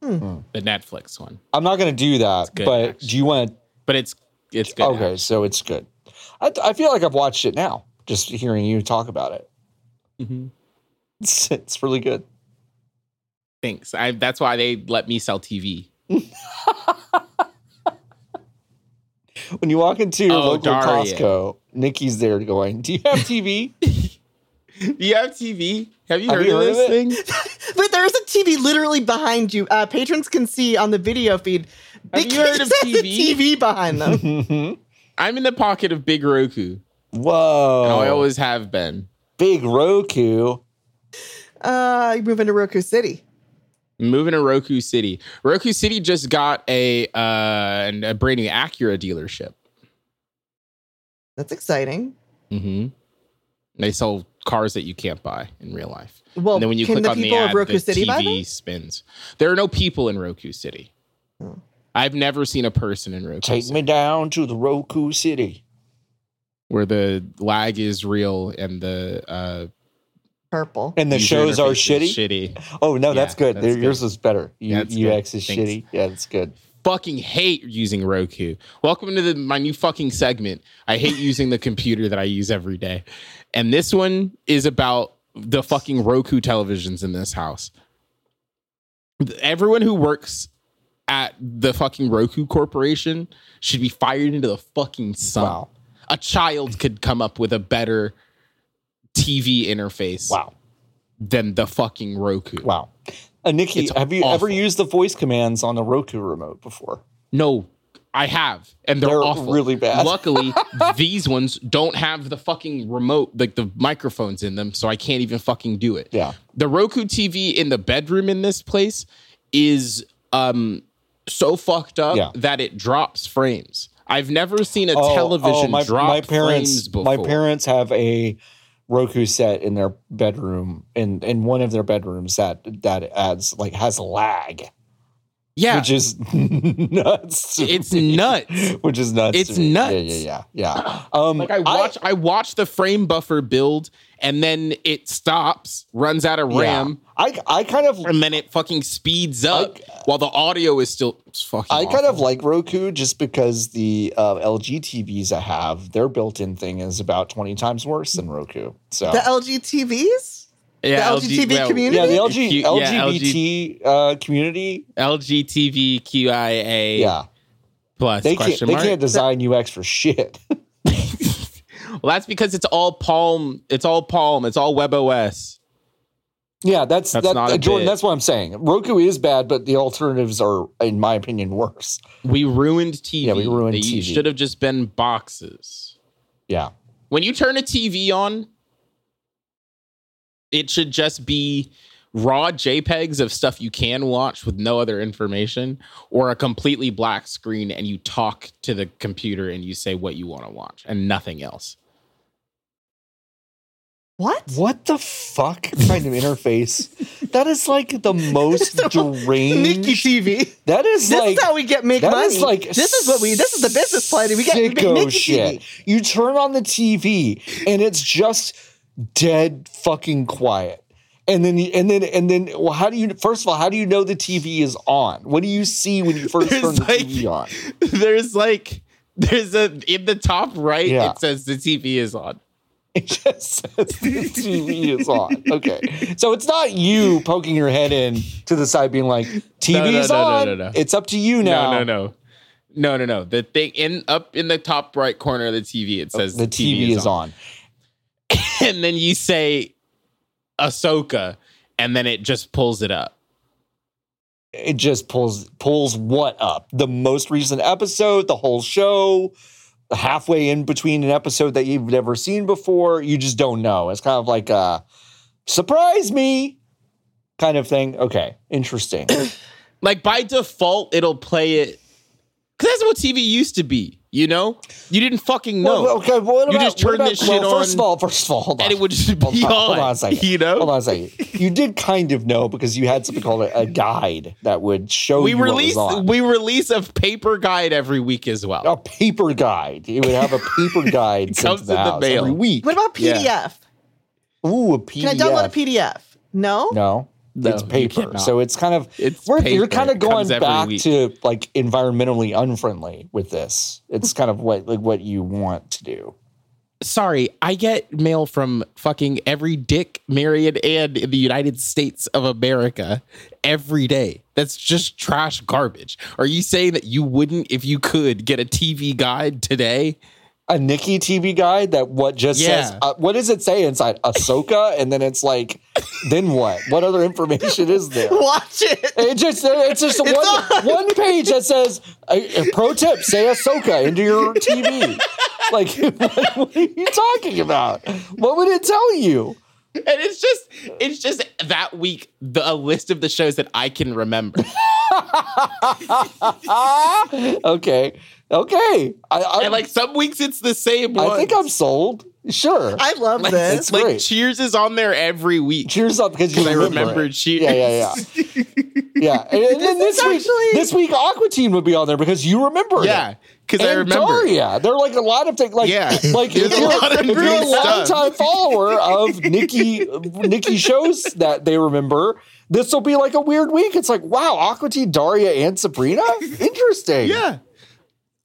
C: The Netflix one,
A: I'm not going to do that,
C: good,
A: but
C: actually.
A: do you want?
C: but it's it's
A: to
C: good.
A: Okay, so it's good. I, I feel like I've watched it now, just hearing you talk about it.
C: Mhm.
A: It's, it's really good.
C: Thanks. I, that's why they let me sell TV.
A: When you walk into your
C: Oh,
A: local
C: Daria.
A: Costco, Nikki's there going, Do you have TV?
C: Do you have TV? Have you
A: Have
C: heard
A: you
C: of
A: heard of
C: this
A: it?
C: thing?
B: But there is a TV literally behind you. Uh, patrons can see on the video feed.
C: Have you heard of
B: there's a
C: TV?
B: TV behind them.
A: Mhm.
C: I'm in the pocket of Big Roku.
A: Whoa.
C: and I
A: Oh.
C: always have been.
A: Big Roku.
B: Uh, you move into Roku City.
C: Moving to Roku City. Roku City just got a uh, an- a brand new Acura dealership.
B: That's exciting.
C: Mm-hmm. They sell cars that you can't buy in real life.
B: Well,
C: and then when you
B: can
C: click
B: the
C: on
B: people
C: the ad,
B: of Roku
C: the
B: City
C: TV
B: buy them?
C: spins. There are no people in Roku City.
B: Oh.
C: I've never seen a person in Roku
A: Take
C: City
A: me down to the Roku City.
C: where the lag is real and the uh,
B: Purple.
A: And the
C: user
A: shows are
C: interface
A: shitty.
C: is Shitty.
A: Oh, no,
C: Yeah,
A: that's good.
C: that's
A: Yours is better. U-
C: Yeah, that's good.
A: UX is
C: Thanks.
A: shitty. Yeah, that's good.
C: Fucking hate using Roku. Welcome to the, my new fucking segment. I hate using the computer that I use every day, and this one is about the fucking Roku televisions in this house. Everyone who works at the fucking Roku Corporation should be fired into the fucking sun.
A: Wow.
C: A child could come up with a better TV interface
A: Wow.
C: than the fucking Roku.
A: Wow. Uh, Nikki,
C: It's
A: have you ever
C: awful.
A: used the voice commands on a Roku remote before?
C: No, I have, and they're,
A: They're
C: awful.
A: really bad.
C: Luckily, these ones don't have the fucking remote, like the microphones in them, so I can't even fucking do it.
A: Yeah.
C: The Roku TV in the bedroom in this place is um so fucked up
A: Yeah.
C: that it drops frames. I've never seen a
A: Oh,
C: television
A: oh, my,
C: drop
A: my parents
C: frames before.
A: my parents have a roku set in their bedroom in in one of their bedrooms that that adds like has lag
C: yeah,
A: which is nuts to
C: it's
A: me.
C: nuts.
A: which is nuts to
C: it's
A: me.
C: nuts.
A: yeah yeah yeah yeah um
C: Like I watch, I, watch the frame buffer build, and then it stops, runs out of
A: yeah.
C: RAM,
A: I I kind of
C: and then it fucking speeds up while the audio is still it's fucking.
A: I kind
C: awful.
A: of like Roku just because the uh, LG TVs I have, their built-in thing is about twenty times worse than Roku. So
B: The LG TVs?
C: yeah,
B: the LGTB community?
A: yeah, the
C: If
A: LG
C: you- yeah,
A: LGBT uh, community,
C: LGTBQIA
A: yeah,
C: plus
A: they can't
C: question
A: they
C: mark.
A: can't design UX for shit.
C: Well, that's because it's all Palm. It's all Palm. It's all WebOS.
A: yeah, that's
C: That's
A: that,
C: not a
A: Jordan.
C: bit.
A: That's what I'm saying. Roku is bad, but the alternatives are, in my opinion, worse.
C: We ruined TV.
A: Yeah, we ruined
C: They
A: TV.
C: Should have just been boxes.
A: Yeah,
C: When you turn a TV on, it should just be raw JPEGs of stuff you can watch with no other information, or a completely black screen, and you talk to the computer and you say what you want to watch and nothing else.
B: What?
A: what the fuck kind of interface? That is like the most deranged.
B: Nikki TV.
A: that is
B: This
A: like
B: is how we get make
A: That
B: money.
A: is like
B: this is what we. This is the business plan. We get make
A: sicko
B: Nikki
A: shit.
B: TV.
A: You turn on the TV and it's just dead fucking quiet. And then, and then, and then, well, how do you, first of all, how do you know the TV is on? What do you see when you first
C: There's
A: turn the
C: like-
A: TV on?
C: there's like there's a in the top right
A: Yeah.
C: it says the TV is on.
A: It just says the TV is on. Okay. So it's not you poking your head in to the side being like,
C: no,
A: TV's
C: no, no,
A: on.
C: no, no.
A: It's up to you now.
C: No, no, no. No, no, no. The thing in up in the top right corner of the TV it says
A: The TV is on.
C: And then you say Ahsoka and then it just pulls it up.
A: it just pulls pulls what up the most recent episode the whole show halfway in between an episode that you've never seen before you just don't know it's kind of like a surprise me kind of thing okay interesting
C: Like by default it'll play it cuz that's what TV used to be, you know? You didn't fucking know.
A: Well, okay what
C: You
A: about,
C: just
A: what
C: turned
A: about-
C: this shit
A: well, first
C: on
A: of all first of all hold on.
C: and it would just be
A: hold on, hold on a second
C: You know?
A: hold on a second you did kind of know because you had something called a, a guide that would show
C: We
A: oh, you what was
C: release
A: on. Oh.
C: we release a paper guide every week as well.
A: a paper guide. You would have a paper guide sent
C: Comes
A: to the
C: in the
A: house
C: mail.
A: every week.
B: What about
C: Yeah.
B: PDF?
A: Ooh, a PDF.
B: Can I download a PDF? No.
A: No.
C: No,
A: it's
C: you
A: paper.
C: cannot.
A: So it's kind of
C: It's
A: we're, you're
C: paper.
A: kind of
C: It comes
A: going
C: every
A: back
C: week.
A: to like environmentally unfriendly with this. It's kind of what like what you want to do.
C: Sorry, I get mail from fucking every dick, Marion, and in the United States of America every day. That's just trash garbage. Are you saying that you wouldn't, if you could, get a TV guide today?
A: A Nikki TV guide that what just says
C: Yeah.
A: uh, what does it say inside Ahsoka, and then it's like, then what? What other information is there?
B: Watch it.
A: It just it's just one one page that says a, pro tip say Ahsoka into your TV. like what, what are you talking about? What would it tell you?
C: And it's just, it's just that week the a list of the shows that I can remember.
A: Ah, okay, okay. I I,
C: and like some weeks it's the same one.
A: I think I'm sold. Sure.
B: I love
C: like,
B: this.
A: it's-
C: like
A: great.
C: Cheers is on there every week.
A: Cheers up because you
C: I
A: remember,
C: remember
A: it.
C: Cheers.
A: Yeah, yeah, yeah, yeah. And, and then
B: This
A: this
B: is
A: week,
B: actually-
A: this week Aqua Teen would be on there because you remember it.
C: Yeah, because I
A: And
C: remember. it.
A: Daria. There are like a lot of things. Like,
C: Yeah.
A: like
C: There's
A: if
C: a
A: you're,
C: lot of
A: if you're a
C: new stuff.
A: longtime follower of Nikki Nikki shows that they remember, this will be like a weird week. It's like, wow, Aqua Teen, Daria, and Sabrina? Interesting.
C: Yeah.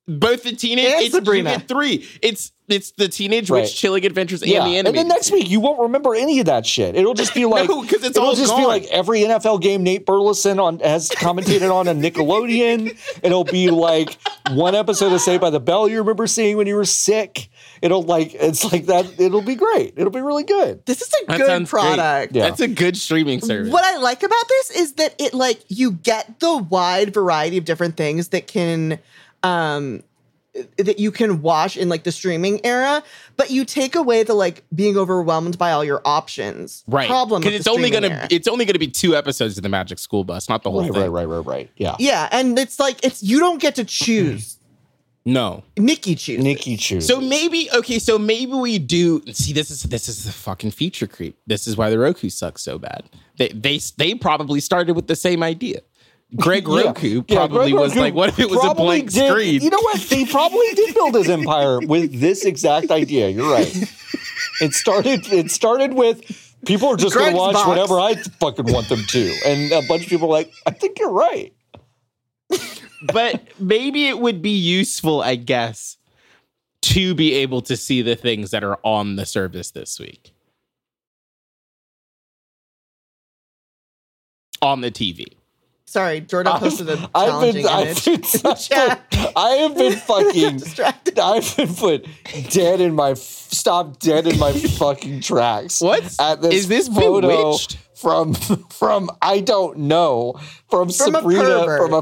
C: Both the teenage
B: And
C: it's, you
B: Sabrina.
C: get three. It's it's the teenage
A: Right.
C: witch chilling adventures
A: Yeah.
C: and the
A: And,
C: anime.
A: then next week you won't remember any of that shit. It'll just be like
C: No, 'cause it's
A: it'll
C: all
A: just be
C: gone.
A: like every NFL game Nate Burleson on has commentated on a Nickelodeon. It'll be like one episode of Saved by the Bell you remember seeing when you were sick. It'll like it's like that. It'll be great. It'll be really good.
B: This is a
C: That
B: good
C: sounds great.
B: product.
A: Yeah.
C: That's a good streaming service.
B: What I like about this is that it like you get the wide variety of different things that can um that you can watch in like the streaming era, but you take away the like being overwhelmed by all your options.
C: right.
B: Problem
C: Because
B: with
C: it's
B: the
C: only
B: streaming
C: gonna
B: era.
C: it's only gonna be two episodes of the Magic School Bus, not the whole
A: Right,
C: thing.
A: right, right, right, right. Yeah.
B: yeah, and it's like it's you don't get to choose.
C: No.
B: Nikki chooses.
A: Nikki chooses.
C: So maybe okay, so maybe we do see this is this is the fucking feature creep. This is why the Roku sucks so bad. They they they probably started with the same idea. Greg
A: Yeah.
C: Roku
A: Yeah,
C: probably
A: Greg
C: was
A: Roku
C: like, what if it was a
A: probably
C: blank
A: did-
C: screen?
A: You know what? He probably did build his empire with this exact idea. You're right. It started. It started with people are just going
B: Greg's
A: to watch
B: box.
A: whatever I fucking want them to, and a bunch of people are like, I think you're right.
C: but maybe it would be useful, I guess, to be able to see the things that are on the service this week on the TV.
B: Sorry, Jordan posted a
A: I've
B: challenging
A: been, I've
B: image.
A: been, such a- I have been fucking
B: Distracted.
A: I've been put dead in my stop dead in my fucking tracks.
C: What?
A: at this
C: Is this
A: photo
C: Bewitched?
A: from from I don't know from,
B: From a
A: Sabrina
B: pervert.
A: from a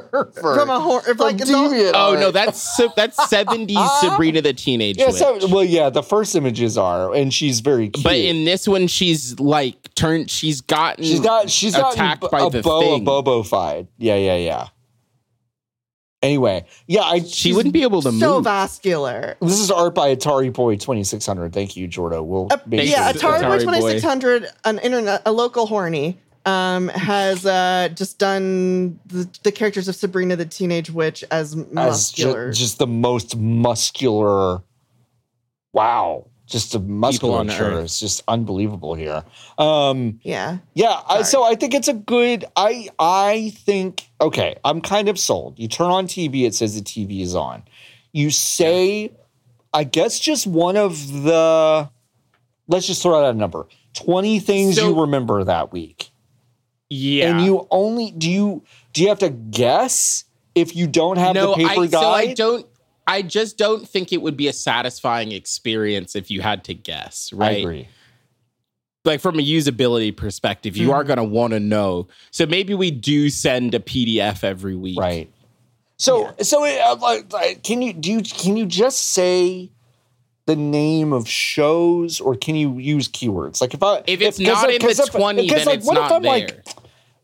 A: pervert.
B: from a horror
A: from
B: like it's all-
A: deviant.
C: Oh no, that's so, that's seventies Sabrina the Teenage
A: yeah.
C: Witch.
A: So, well, yeah, the first images are, and she's very cute.
C: but in this one, she's like turned. She's gotten.
A: she's got she's got
C: attacked by
A: a
C: the
A: bo a
C: thing.
A: bobo fied. Yeah, yeah, yeah. Anyway, yeah, I
C: She wouldn't be able to move.
B: so vascular.
A: This is art by Atari Boy twenty six hundred. Thank you, Jordo. We'll
B: A-
A: make
B: Uh, yeah,
A: sure that-
B: Atari Boy
C: Uh, Atari Boy.
B: 2600, an internet, a local horny, um, has uh, just done the, the characters of Sabrina the Teenage Witch as
A: as ju-
B: muscular.
A: just the most muscular. Wow, just the
C: on
A: musculature
C: Earth.
A: is just unbelievable here. Um,
B: yeah.
A: yeah, I, so I think it's a good. I I think okay, I'm kind of sold. You turn on TV, it says the TV is on. You say, I guess, just one of the. Let's just throw out a number. Twenty things
C: So-
A: you remember that week.
C: yeah,
A: And you only do you do you have to guess if you don't have the paper
C: I,
A: guide?
C: So I don't. I just don't think it would be a satisfying experience if you had to guess,
A: I
C: right?
A: agree.
C: Like from a usability perspective, you
A: Mm-hmm.
C: are going to want to know. So maybe we do send a PDF every week,
A: Right. So so uh, like, like, can you do you, can you just say the name of shows or can you use keywords? Like if I
C: If it's
A: 'cause,
C: not
A: like,
C: in the
A: 'cause if-
C: twenty,
A: because,
C: then
A: like,
C: it's
A: what if
C: not
A: I'm
C: there.
A: like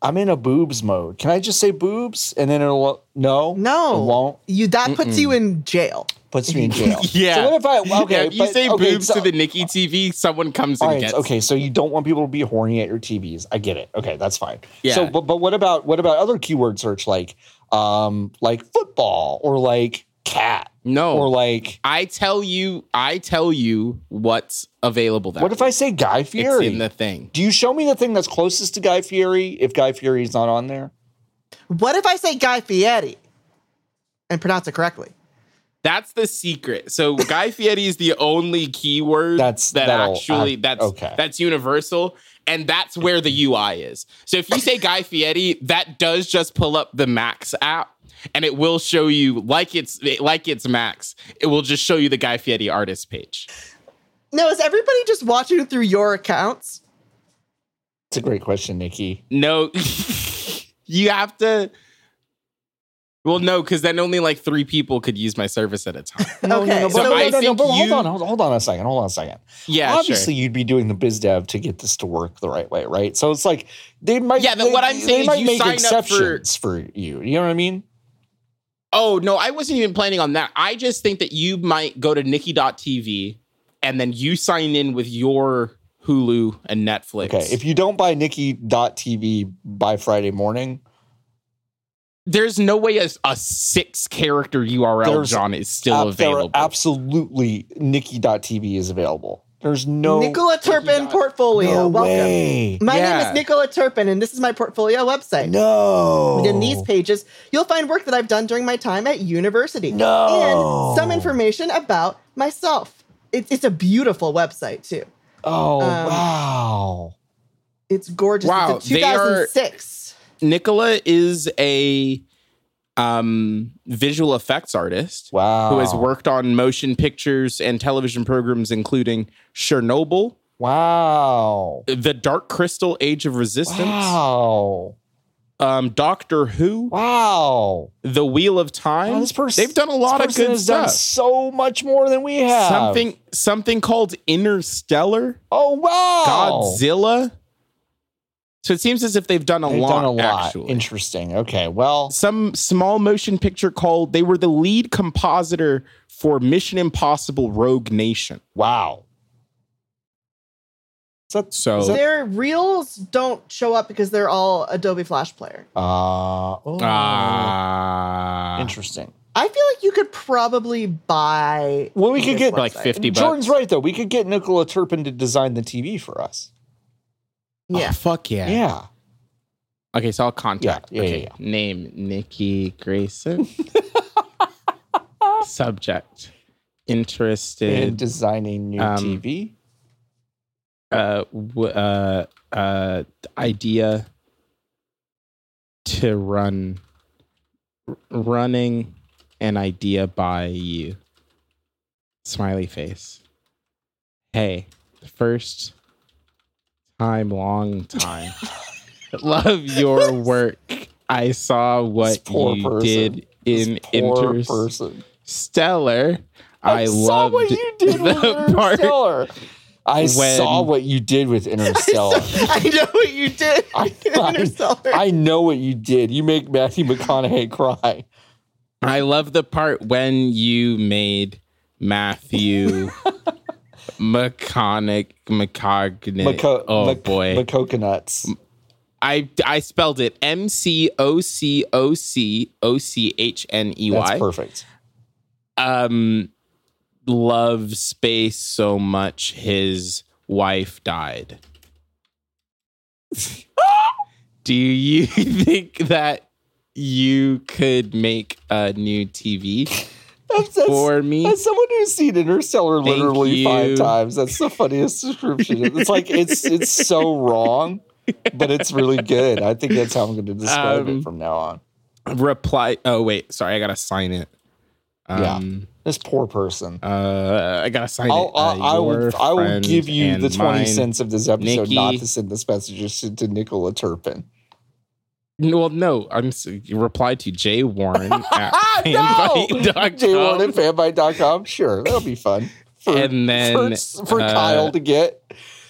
A: I'm in a boobs mode. Can I just say boobs and then it'll no
B: No.
A: it won't
B: You, that puts you in jail.
A: puts me in jail.
C: yeah.
A: So what if I okay?
C: Yeah, if you
A: but-
C: say
A: okay,
C: boobs
A: so-
C: to the Nikki TV, someone comes
A: All
C: and
A: right.
C: gets.
A: Okay. So you don't want people to be horny at your TVs. I get it. Okay, that's fine.
C: Yeah.
A: So, but but what about what about other keyword search like um like football or like cat
C: No.
A: or like
C: I tell you, I tell you what's available. That
A: what if I say Guy
C: it's
A: Fieri?
C: in the thing?
A: Do you show me the thing that's closest to Guy Fieri if Guy Fieri is not on there?
B: What if I say Guy Fieri and pronounce it correctly?
C: That's the secret. So Guy Fieri is the only keyword
A: That's-
C: that
A: that'll-
C: actually
A: uh,
C: that's
A: okay.
C: that's universal, and that's where the UI is. So if you say Guy Fieri, that does just pull up the Max app, and it will show you like it's like it's Max. It will just show you the Guy Fieri artist page.
B: Now, is everybody just watching it through your accounts?
A: It's a great question, Nikki.
C: No, you have to. Well, no, because then only like three people could use my service at a time.
B: Okay, so
A: but, no, no,
C: I
A: no,
C: think
A: but hold
C: you-
A: on, hold, hold on a second, hold on a second.
C: Yeah,
A: Obviously,
C: sure.
A: you'd be doing the biz dev to get this to work the right way, right? So it's like they might.
C: Yeah, but
A: they,
C: what I'm
A: they
C: saying is
A: might
C: you
A: make
C: sign up for-
A: exceptions for... you. You know what I mean?
C: Oh no, I wasn't even planning on that. I just think that you might go to Nikki.tv and then you sign in with your Hulu and Netflix.
A: Okay, if you don't buy Nikki.tv by Friday morning,
C: There's no way a, a six character URL
A: There's
C: John is still
A: ab- there are
C: available.
A: absolutely Nikki.tv is available. There's no
B: Nicola Turpin
C: Guy.
B: portfolio.
A: no
B: Welcome.
A: way.
B: My name
C: Yeah.
B: is Nicola Turpin, and this is my portfolio website.
A: No.
B: In these pages, you'll find work that I've done during my time at university.
A: No.
B: And some information about myself. It, it's a beautiful website, too.
A: Oh
B: um,
A: wow.
B: It's gorgeous.
C: Wow,
B: it's a
C: they are-
B: 2006.
C: Nicola is a um visual effects artist.
A: Wow.
C: who has worked on motion pictures and television programs, including Chernobyl,
A: Wow.
C: The Dark Crystal Age of Resistance,
A: Wow.
C: um, Doctor Who,
A: Wow.
C: The Wheel of Time.
A: Wow, this person
C: They've done a lot of good
A: has done
C: stuff.
A: so much more than we have.
C: Something something called Interstellar,
A: Oh wow.
C: Godzilla. So it seems as if they've done a
A: They've
C: lot.
A: done a lot.
C: actually.
A: Interesting. Okay. Well,
C: some small motion picture called they were the lead compositor for Mission Impossible Rogue Nation.
A: wow. Is that
C: So-
A: is that-
B: Their reels don't show up because they're all Adobe Flash Player.
A: uh, oh,
C: Ah.
A: interesting.
B: I feel like you could probably buy.
A: Well, we could
B: this
A: get-
C: For like
B: website.
C: 50 bucks.
A: Jordan's right though. We could get Nicola Turpin to design the TV for us.
C: Oh,
B: Yeah.
C: fuck yeah.
A: Yeah.
C: Okay, so I'll contact.
A: Yeah, yeah,
C: okay.
A: yeah,
C: Name Nikki Grayson. Subject.
A: In
C: Interested.
A: designing new
C: um,
A: TV.
C: Uh, w- uh, uh, idea to run. r- Running an idea by you. Smiley face. Hey, first time, long time. Love your work. I saw
A: This
C: what
A: poor
C: you
A: person.
C: did
A: This
C: in
A: poor
C: Interstellar.
A: person.
C: I,
A: saw
C: loved
A: what you did with
C: the part.
A: Interstellar. I
C: when-
A: saw what you did with Interstellar.
B: I know what you did.
A: I- I-
B: Interstellar.
A: I know what you did. You make Matthew McConaughey cry.
C: I love the part when you made Matthew McConaughey. McCognic.
A: Maco-
C: oh
A: Mac-
C: boy,
A: Macoconuts.
C: I I spelled it M C O C O C O C H N E
A: That's
C: Y.
A: perfect.
C: um love space so much his wife died do you think that you could make a new tv
A: That's, that's,
C: for me
A: as someone who's seen Interstellar
C: Thank
A: literally five
C: you.
A: times, that's the funniest description. It's like it's it's so wrong, but it's really good. I think that's how I'm going to describe
C: Um,
A: it from now on.
C: reply oh wait sorry i gotta sign it
A: Yeah.
C: um
A: This poor person.
C: uh i gotta sign
A: I'll,
C: it
A: I'll, I will.
C: your
A: I will
C: friend
A: give you
C: and
A: the twenty
C: mine.
A: cents of this episode not
C: Nikki.
A: to send this message to, to Nicola Turpin.
C: No, well no i'm s- reply to jay warren at
A: Ah, no,
C: fanbite.com.
A: jwarren at fanbite.com. Sure, that'll be fun. For,
C: And then,
A: for, for
C: uh,
A: Kyle to get.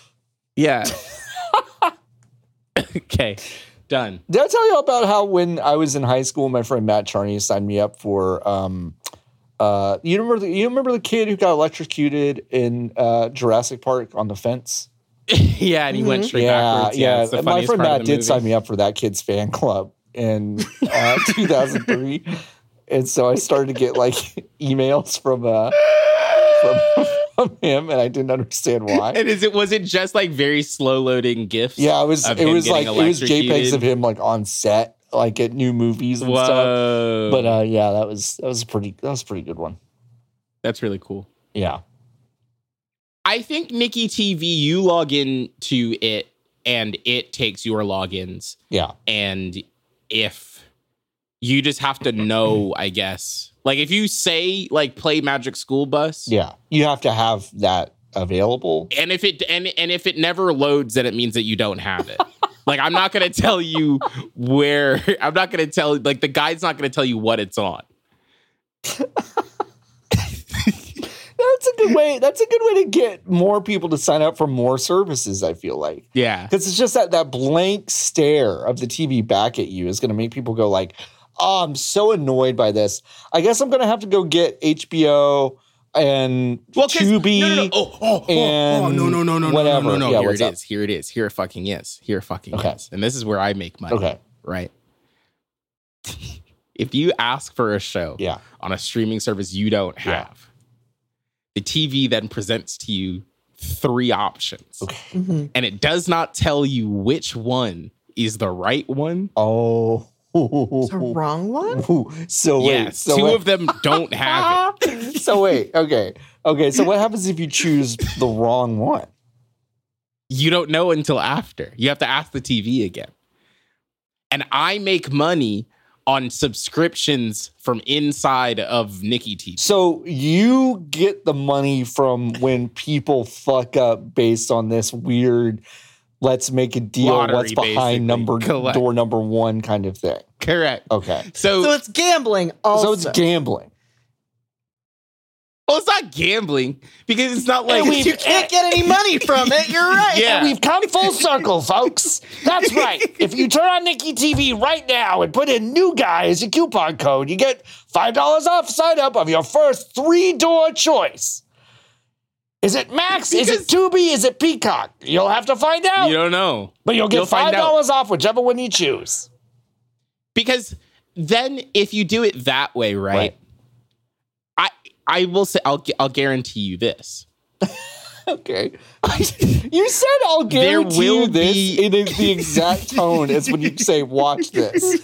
C: Yeah. okay. Done.
A: Did I tell you about how when I was in high school, my friend Matt Charney signed me up for um, uh, you remember the, you remember the kid who got electrocuted in uh, Jurassic Park on the fence?
C: yeah, and he went straight
A: Mm-hmm. Yeah,
C: backwards. Yeah,
A: yeah.
C: it's
A: My
C: the funniest
A: friend
C: part
A: Matt
C: of
A: did
C: the
A: sign
C: movie.
A: me up for that kid's fan club in uh, 2003. and so I started to get like emails from uh from, from him, and I didn't understand why.
C: And is it was it just like very slow loading gifs?
A: Yeah, it was
C: Of
A: it
C: him
A: was like
C: getting
A: it was JPEGs
C: electrocuted?
A: of him like on set, like at new movies and stuff.
C: Whoa.
A: But uh, yeah, that was that was a pretty that was a pretty good one.
C: that's really cool.
A: Yeah,
C: I think Nikki TV, you log in to it and it takes your logins.
A: yeah,
C: And if you just have to know, I guess. Like if you say like play Magic School Bus,
A: yeah. You have to have that available.
C: and if it and, and if it never loads then it means that you don't have it like i'm not gonna tell you where i'm not gonna tell like the guide's not gonna tell you what it's on
A: That's a good way. That's a good way to get more people to sign up for more services. I feel like
C: yeah
A: because it's just that that blank stare of the TV back at you is going to make people go like, "Oh, I'm so annoyed by this. I guess I'm going to have to go get HBO and
C: well 'cause-
A: Tubi."
C: no, no, no. Oh, oh, oh, oh,
A: and
C: no no no no no
A: whatever.
C: no no
A: Yeah,
C: no here
A: what's
C: it
A: up?
C: is here it is here it fucking is here it fucking
A: Okay.
C: is and this is where i make money
A: Okay,
C: right if you ask for a show
A: yeah,
C: on a streaming service you don't
A: Yeah.
C: have the tv then presents to you three options
B: Mhm.
C: and it does not tell you which one is the right one.
A: oh.
B: The wrong one?
A: Ooh, so wait,
C: yes,
A: so
C: two
A: wait.
C: of them don't have it.
A: so wait, okay, okay. So what happens if you choose the wrong one?
C: You don't know until after. You have to ask the TV again. And I make money on subscriptions from inside of Nikki TV.
A: So you get the money from when people fuck up based on this weird let's make a deal
C: Lottery,
A: what's
C: basically.
A: behind number
C: Collect.
A: door number 1 kind of thing.
C: Correct.
A: Okay.
C: So,
B: So it's gambling also.
A: So it's gambling.
C: well, it's not gambling because it's not like
B: you can't get any money from it. You're right.
C: Yeah.
A: We've come full circle, folks. That's right. If you turn on Nikki TV right now and put in new guy as a coupon code, you get $5 off sign up of your first three door choice. Is it Max? is
C: Because-
A: it Tubi? Is it Peacock? You'll have to find out.
C: you don't know.
A: But you'll get
C: You'll
A: five
C: find out.
A: dollars off whichever one you choose.
C: because then if you do it that way, right?
A: Right.
C: I I will say I'll gu- I'll guarantee you this.
A: Okay. you said I'll
C: There
A: guarantee
C: will
A: you this
C: be-
A: in the exact tone as when you say watch this.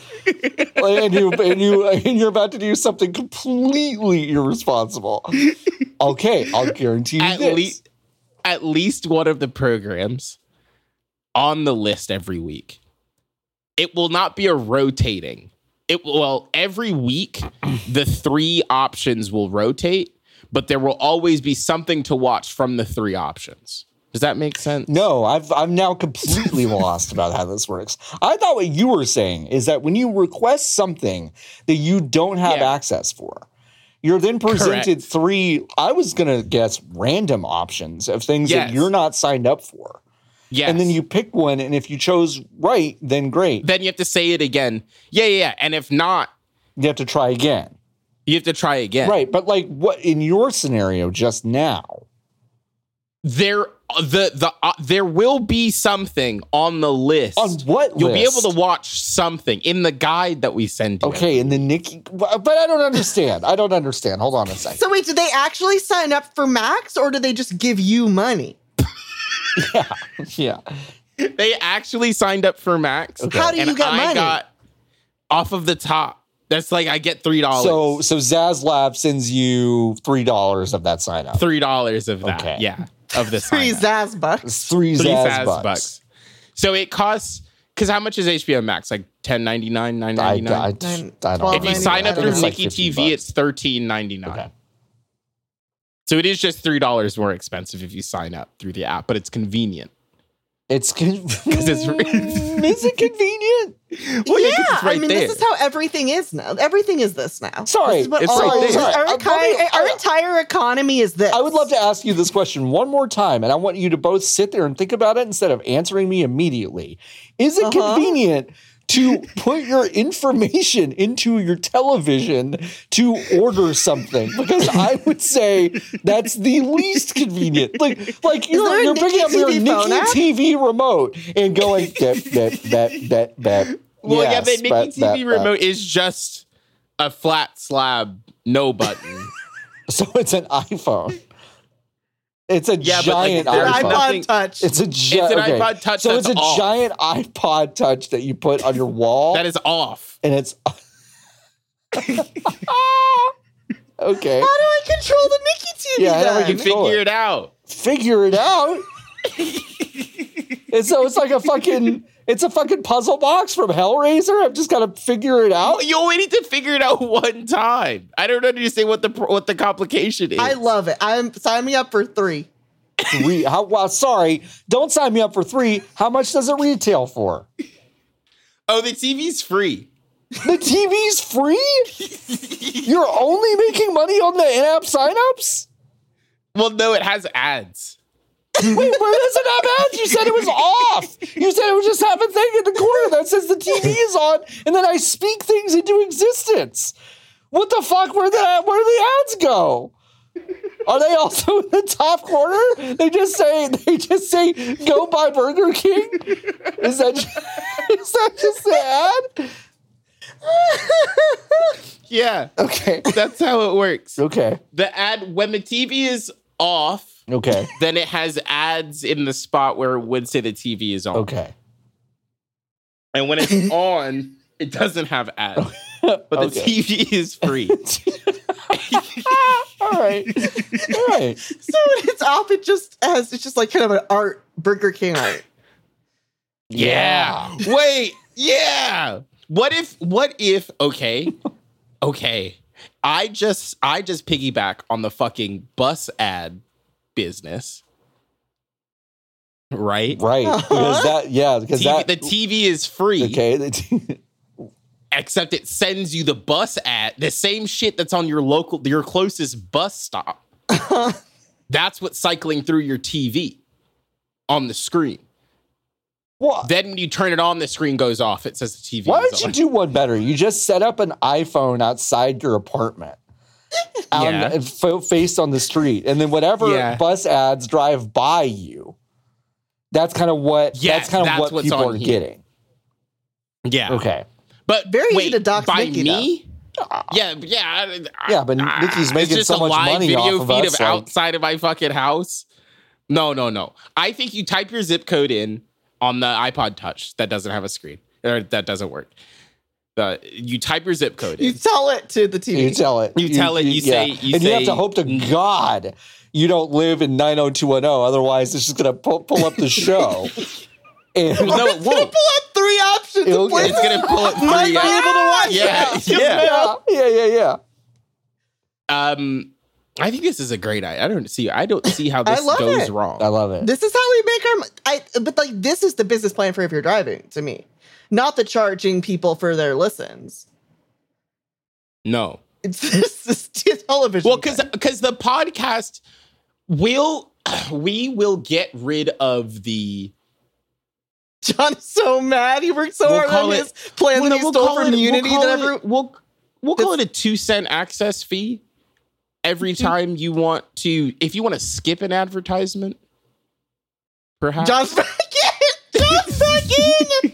A: and you and you and you're about to do something completely irresponsible. Okay, I'll guarantee you
C: At
A: this.
C: least at least one of the programs on the list every week. It will not be a rotating. It will, well every week the three options will rotate, but there will always be something to watch from the three options. Does that make sense?
A: no, I've I'm now completely lost about how this works. I thought what you were saying is that when you request something that you don't have
C: Yeah.
A: access for, you're then presented
C: Correct.
A: three, I was gonna guess random options of things
C: Yes.
A: that you're not signed up for.
C: Yes.
A: And then you pick one, and if you chose right, then great.
C: then you have to say it again. Yeah, yeah, yeah. And if not,
A: You have to try again.
C: You have to try again.
A: Right. But like what in your scenario just now?
C: There the the uh, there will be something on the list.
A: On what
C: You'll be
A: list?
C: able to watch something in the guide that we send you.
A: Okay, and then Nikki but I don't understand. I don't understand. Hold on a second.
B: So wait, did they actually sign up for Max or did they just give you money?
A: Yeah.
C: They actually signed up for Max.
A: Okay.
B: How do you
C: and
B: get
C: I
B: money?
C: got off of the top. That's like I get three dollars.
A: So so Zaslav sends you three dollars of that sign up.
C: three dollars of that.
A: Okay.
C: Yeah. Of the
B: Three
C: sign up.
B: Zaz bucks.
A: It's three,
C: three
A: Zaz,
C: Zaz
A: bucks.
C: bucks. So it costs because how much is HBO Max? Like ten ninety nine, nine
A: I, I,
C: ninety nine.
A: I don't know.
C: If you sign up
A: I think
C: through
A: it's like
C: Nikki
A: 50
C: TV,
A: bucks.
C: it's thirteen ninety nine.
A: Okay.
C: So it is just three dollars more expensive if you sign up through the app, but it's convenient.
A: It's con-
C: it's-
A: Mm, is it convenient?
C: Well,
B: yeah,
C: 'cause it's
B: I
C: right
B: mean, this
C: there.
B: is how everything is now. Everything is this now.
A: Sorry,
B: This is what
C: it's
B: all-
C: right there. Uh,
B: this is Our,
A: Sorry,
B: economy,
A: I'm-
B: our entire economy is this.
A: I would love to ask you this question one more time, and I want you to both sit there and think about it instead of answering me immediately. Is it
B: Uh-huh.
A: convenient to put your information into your television to order something? Because I would say that's the least convenient. Like, like
B: there
A: you're,
B: a
A: you're picking
B: Nikki
A: up your
B: TV phone
A: Nikki
B: app?
A: TV remote and going that that that that that.
C: Well, yeah, the Nikki TV remote is just a flat slab, no button.
A: So it's an iPhone. It's a
C: Yeah, but, like,
A: giant
C: there
B: An
C: is
A: iPhone.
B: iPod
C: nothing-
B: Touch.
A: It's a gi-
C: It's an
A: okay.
C: iPod Touch
A: So it's
C: that's
A: a
C: off.
A: giant iPod Touch that you put on your wall,
C: that is off.
A: and it's okay.
B: How do I control the Mickey TV?
A: Yeah, I don't
B: then?
A: like it. Control
C: Figure it out.
A: Figure it out. and so it's like a fucking, it's a fucking puzzle box from Hellraiser. I've just got to figure it out.
C: Oh, you only need to figure it out one time. I don't understand what the pro- what the complication is.
B: I love it. I'm sign me up for three.
A: Three. How, wow, sorry. Don't sign me up for three. How much does it retail for?
C: Oh, the TV's free.
A: The TV's free? You're only making money on the in-app signups?
C: Well, no, it has ads.
A: Wait, where does it have ads? You said it was off. You said it would just have a thing in the corner that says the TV is on, and then I speak things into existence. What the fuck? Where the where do the ads go? Are they also in the top corner? They just say they just say go buy Burger King. Is that is that just the ad?
C: Yeah,
A: Okay.
C: that's how it works.
A: Okay.
C: The ad when the TV is off,
A: Okay.
C: then it has ads in the spot where it would say the TV is on.
A: Okay.
C: And when it's on, it doesn't have ads. But the
A: Okay.
C: TV is free.
A: All right. All right.
B: So when it's off, it just has it's just like kind of an art Burger King art.
C: Yeah. Wait. Yeah. What if what if okay? Okay. I just I just piggyback on the fucking bus ad business. Right?
A: Right. Because that yeah, because
C: TV
A: that
C: the TV is free,
A: Okay. the t-
C: except it sends you the bus ad, the same shit that's on your local your closest bus stop. that's what's cycling through your TV on the screen.
A: Well,
C: Then when you turn it on, the screen goes off. It says the TV.
A: why
C: is
A: don't you
C: on.
A: do one better? You just set up an iPhone outside your apartment. On,
C: Yeah.
A: f- faced on the street, and then whatever
C: Yeah.
A: bus ads drive by you, that's kind of what
C: Yes,
A: that's kind of
C: that's
A: what
C: what's
A: people
C: on
A: are
C: here.
A: getting.
C: Yeah.
A: Okay,
C: But
B: Very easy
C: wait,
B: to dox
C: by
B: Nikki,
C: me. Yeah, yeah, I-
A: Yeah, but
C: I-
A: Nikki's
C: it's
A: making
C: just
A: so
C: a
A: much
C: live
A: money
C: video
A: off of
C: feed
A: us, like-
C: outside of my fucking house. No, no, no. I think you type your zip code in on the iPod Touch that doesn't have a screen or that doesn't work. The you type your zip code
B: You
C: in.
B: tell it to the TV.
A: you tell it.
C: You tell it, you say- you
A: and you have
C: say-
A: to hope to God you don't live in nine hundred two one zero. Otherwise, it's just gonna pull, pull up the show. and
C: No, it
B: It's gonna
C: won't.
B: pull up three options.
A: It'll-
B: of places
C: It's gonna pull it
B: I might
C: three
B: be
C: up.
B: able to watch
C: Yeah,
B: it.
A: yeah, yeah, yeah, yeah.
C: Um, I think this is a great idea. I don't see. I don't see how
B: I
C: this
B: love
C: goes
B: it.
A: I
C: wrong.
A: love it.
B: This is how we make our. m- I but like this is the business plan for if you're driving to me, not the charging people for their listens.
C: No,
B: It's this is television.
C: Well, because because the podcast will we will get rid of the
B: thing. John is so mad. He worked so
C: We'll
B: hard
C: call
B: on
C: it-
B: his plan that he stole from Unity.
C: We'll
B: that
C: call,
B: every-
C: it, we'll, we'll call it a two cent access fee every time you want to if you want to skip an advertisement. Perhaps
B: John's back in. John's back in.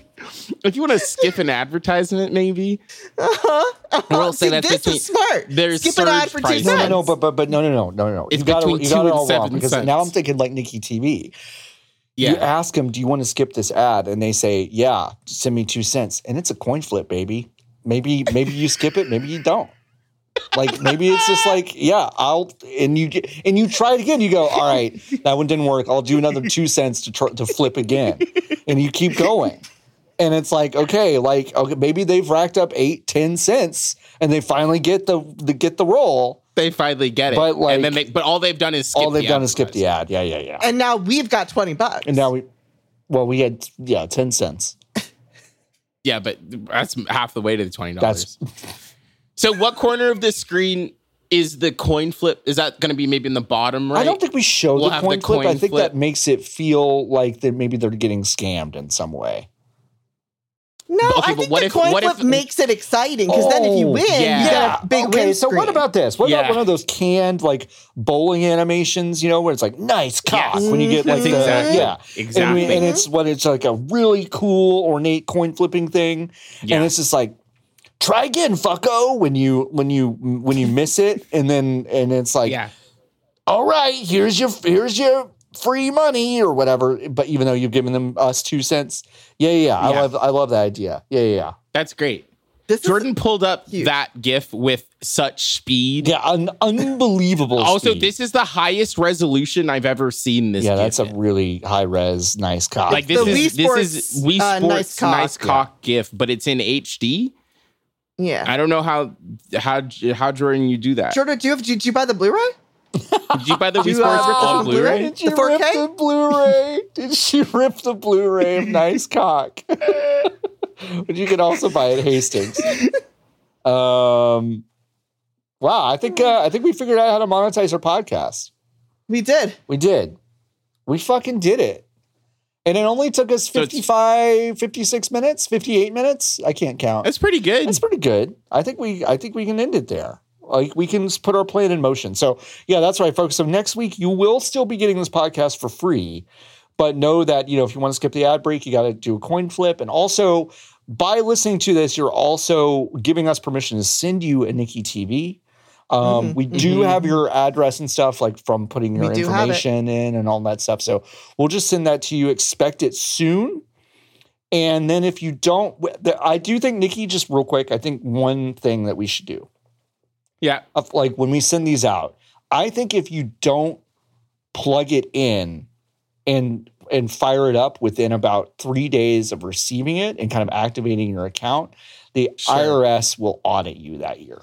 C: if you want to skip an advertisement, maybe
B: Uh-huh.
C: We'll
B: Uh-huh.
C: say
B: See,
C: that's
B: this
C: between-
B: is smart.
C: there's
B: Skip an ad
C: surge
B: for two
C: pricing.
A: No, no,
B: cents.
A: no, but but but no, no, no, no, no.
C: It's
A: you got
C: between
A: it, you got
C: two
A: it
C: and
A: all wrong
C: seven
A: because
C: cents.
A: now I'm thinking like Nikki TV.
C: yeah,
A: You ask them, "Do you want to skip this ad?" And they say, "Yeah, send me two cents." And it's a coin flip, baby. Maybe maybe you skip it, maybe you don't. Like maybe it's just like, yeah, I'll and you get and you try it again. You go, all right, that one didn't work. I'll do another two cents to tr- to flip again, and you keep going. And it's like, okay, like okay, maybe they've racked up eight, ten cents, and they finally get the, the get the roll.
C: they finally get it.
A: But, like,
C: and then they, but all they've done is skip
A: All they've
C: the
A: done is skip
C: advertisement.
A: the ad. Yeah, yeah, yeah.
B: And now we've got twenty bucks.
A: And now we, well, we had yeah, ten cents.
C: Yeah, but that's half the way to the twenty dollars.
A: That's-
C: So, what corner of the screen is the coin flip? Is that going to be maybe in the bottom right?
A: I don't think we show
C: We'll
A: the
C: have
A: coin
C: the
A: clip. I
C: coin
A: think
C: flip.
A: that makes it feel like that maybe they're getting scammed in some way.
B: No,
C: Okay,
B: I
C: but
B: think
C: what
B: the
C: if-
B: coin
C: what
B: flip
C: if-
B: makes it exciting because then if you
A: Oh,
B: win, you
C: yeah.
B: get a big
A: okay,
B: win.
A: so what
B: screen.
A: about this? What
C: Yeah.
A: about one of those canned like bowling animations? You know, where it's like nice cock
C: Yes.
A: when you get like
C: That's
A: the,
C: exactly
A: yeah. And, we-
C: exactly.
A: and it's what it's like a really cool ornate coin flipping thing,
C: Yeah.
A: and it's just like try again, fucko, when you when you when you miss it, and then and it's like,
C: yeah.
A: all right, here's your here's your free money or whatever. But even though you've given them us two cents, yeah, yeah, yeah. I
C: Yeah.
A: love I love that idea. Yeah, yeah, yeah.
C: That's great.
B: This is-
C: Jordan pulled up
B: Huge.
C: that GIF with such speed.
A: Yeah, an unbelievable.
C: Also,
A: speed.
C: this is the highest resolution I've ever seen this.
A: yeah,
C: GIF
A: that's a
C: in.
A: really high res, nice cock.
C: like this
B: The
C: is
B: Wii
C: this is
B: Sports,
C: Wii
B: uh,
C: Sports
B: nice
C: nice cock,
B: cock.
C: GIF, but it's in HD.
B: yeah.
C: I don't know how how how Jordan you do that.
B: Jordan, do you have, did you buy the Blu-ray?
C: Did you buy the Wii
B: you,
C: Sports
B: uh, rip
C: on
B: off the
C: Blu-ray?
B: Blu-ray?
A: Did she
B: The 4K?
A: rip the Blu-ray? Did she rip the Blu-ray of Nice Cock? but you can also buy it at Hastings. Um, wow, I think uh, I think we figured out how to monetize our podcast.
B: We did.
A: We did. We fucking did it. And it only took us
C: it's-
A: 55, 56 minutes, 58 minutes. I can't count.
C: That's pretty good.
A: That's pretty good. I think we I think we can end it there. Like we can s- put our plan in motion. So yeah, that's right, folks. So next week you will still be getting this podcast for free, but know that you know if you want to skip the ad break, you got to do a coin flip, and also by listening to this, you're also giving us permission to send you a Nikki TV. Um,
B: Mhm.
A: We do
C: Mhm.
A: have your address and stuff, like from putting your
B: We do have it.
A: information in and all that stuff. So we'll just send that to you. Expect it soon. And then if you don't, w- the- I do think Nikki, just real quick, I think one thing that we should do,
C: yeah.
A: of, like when we send these out, I think if you don't plug it in and and fire it up within about three days of receiving it and kind of activating your account, the
C: Sure.
A: IRS will audit you that year.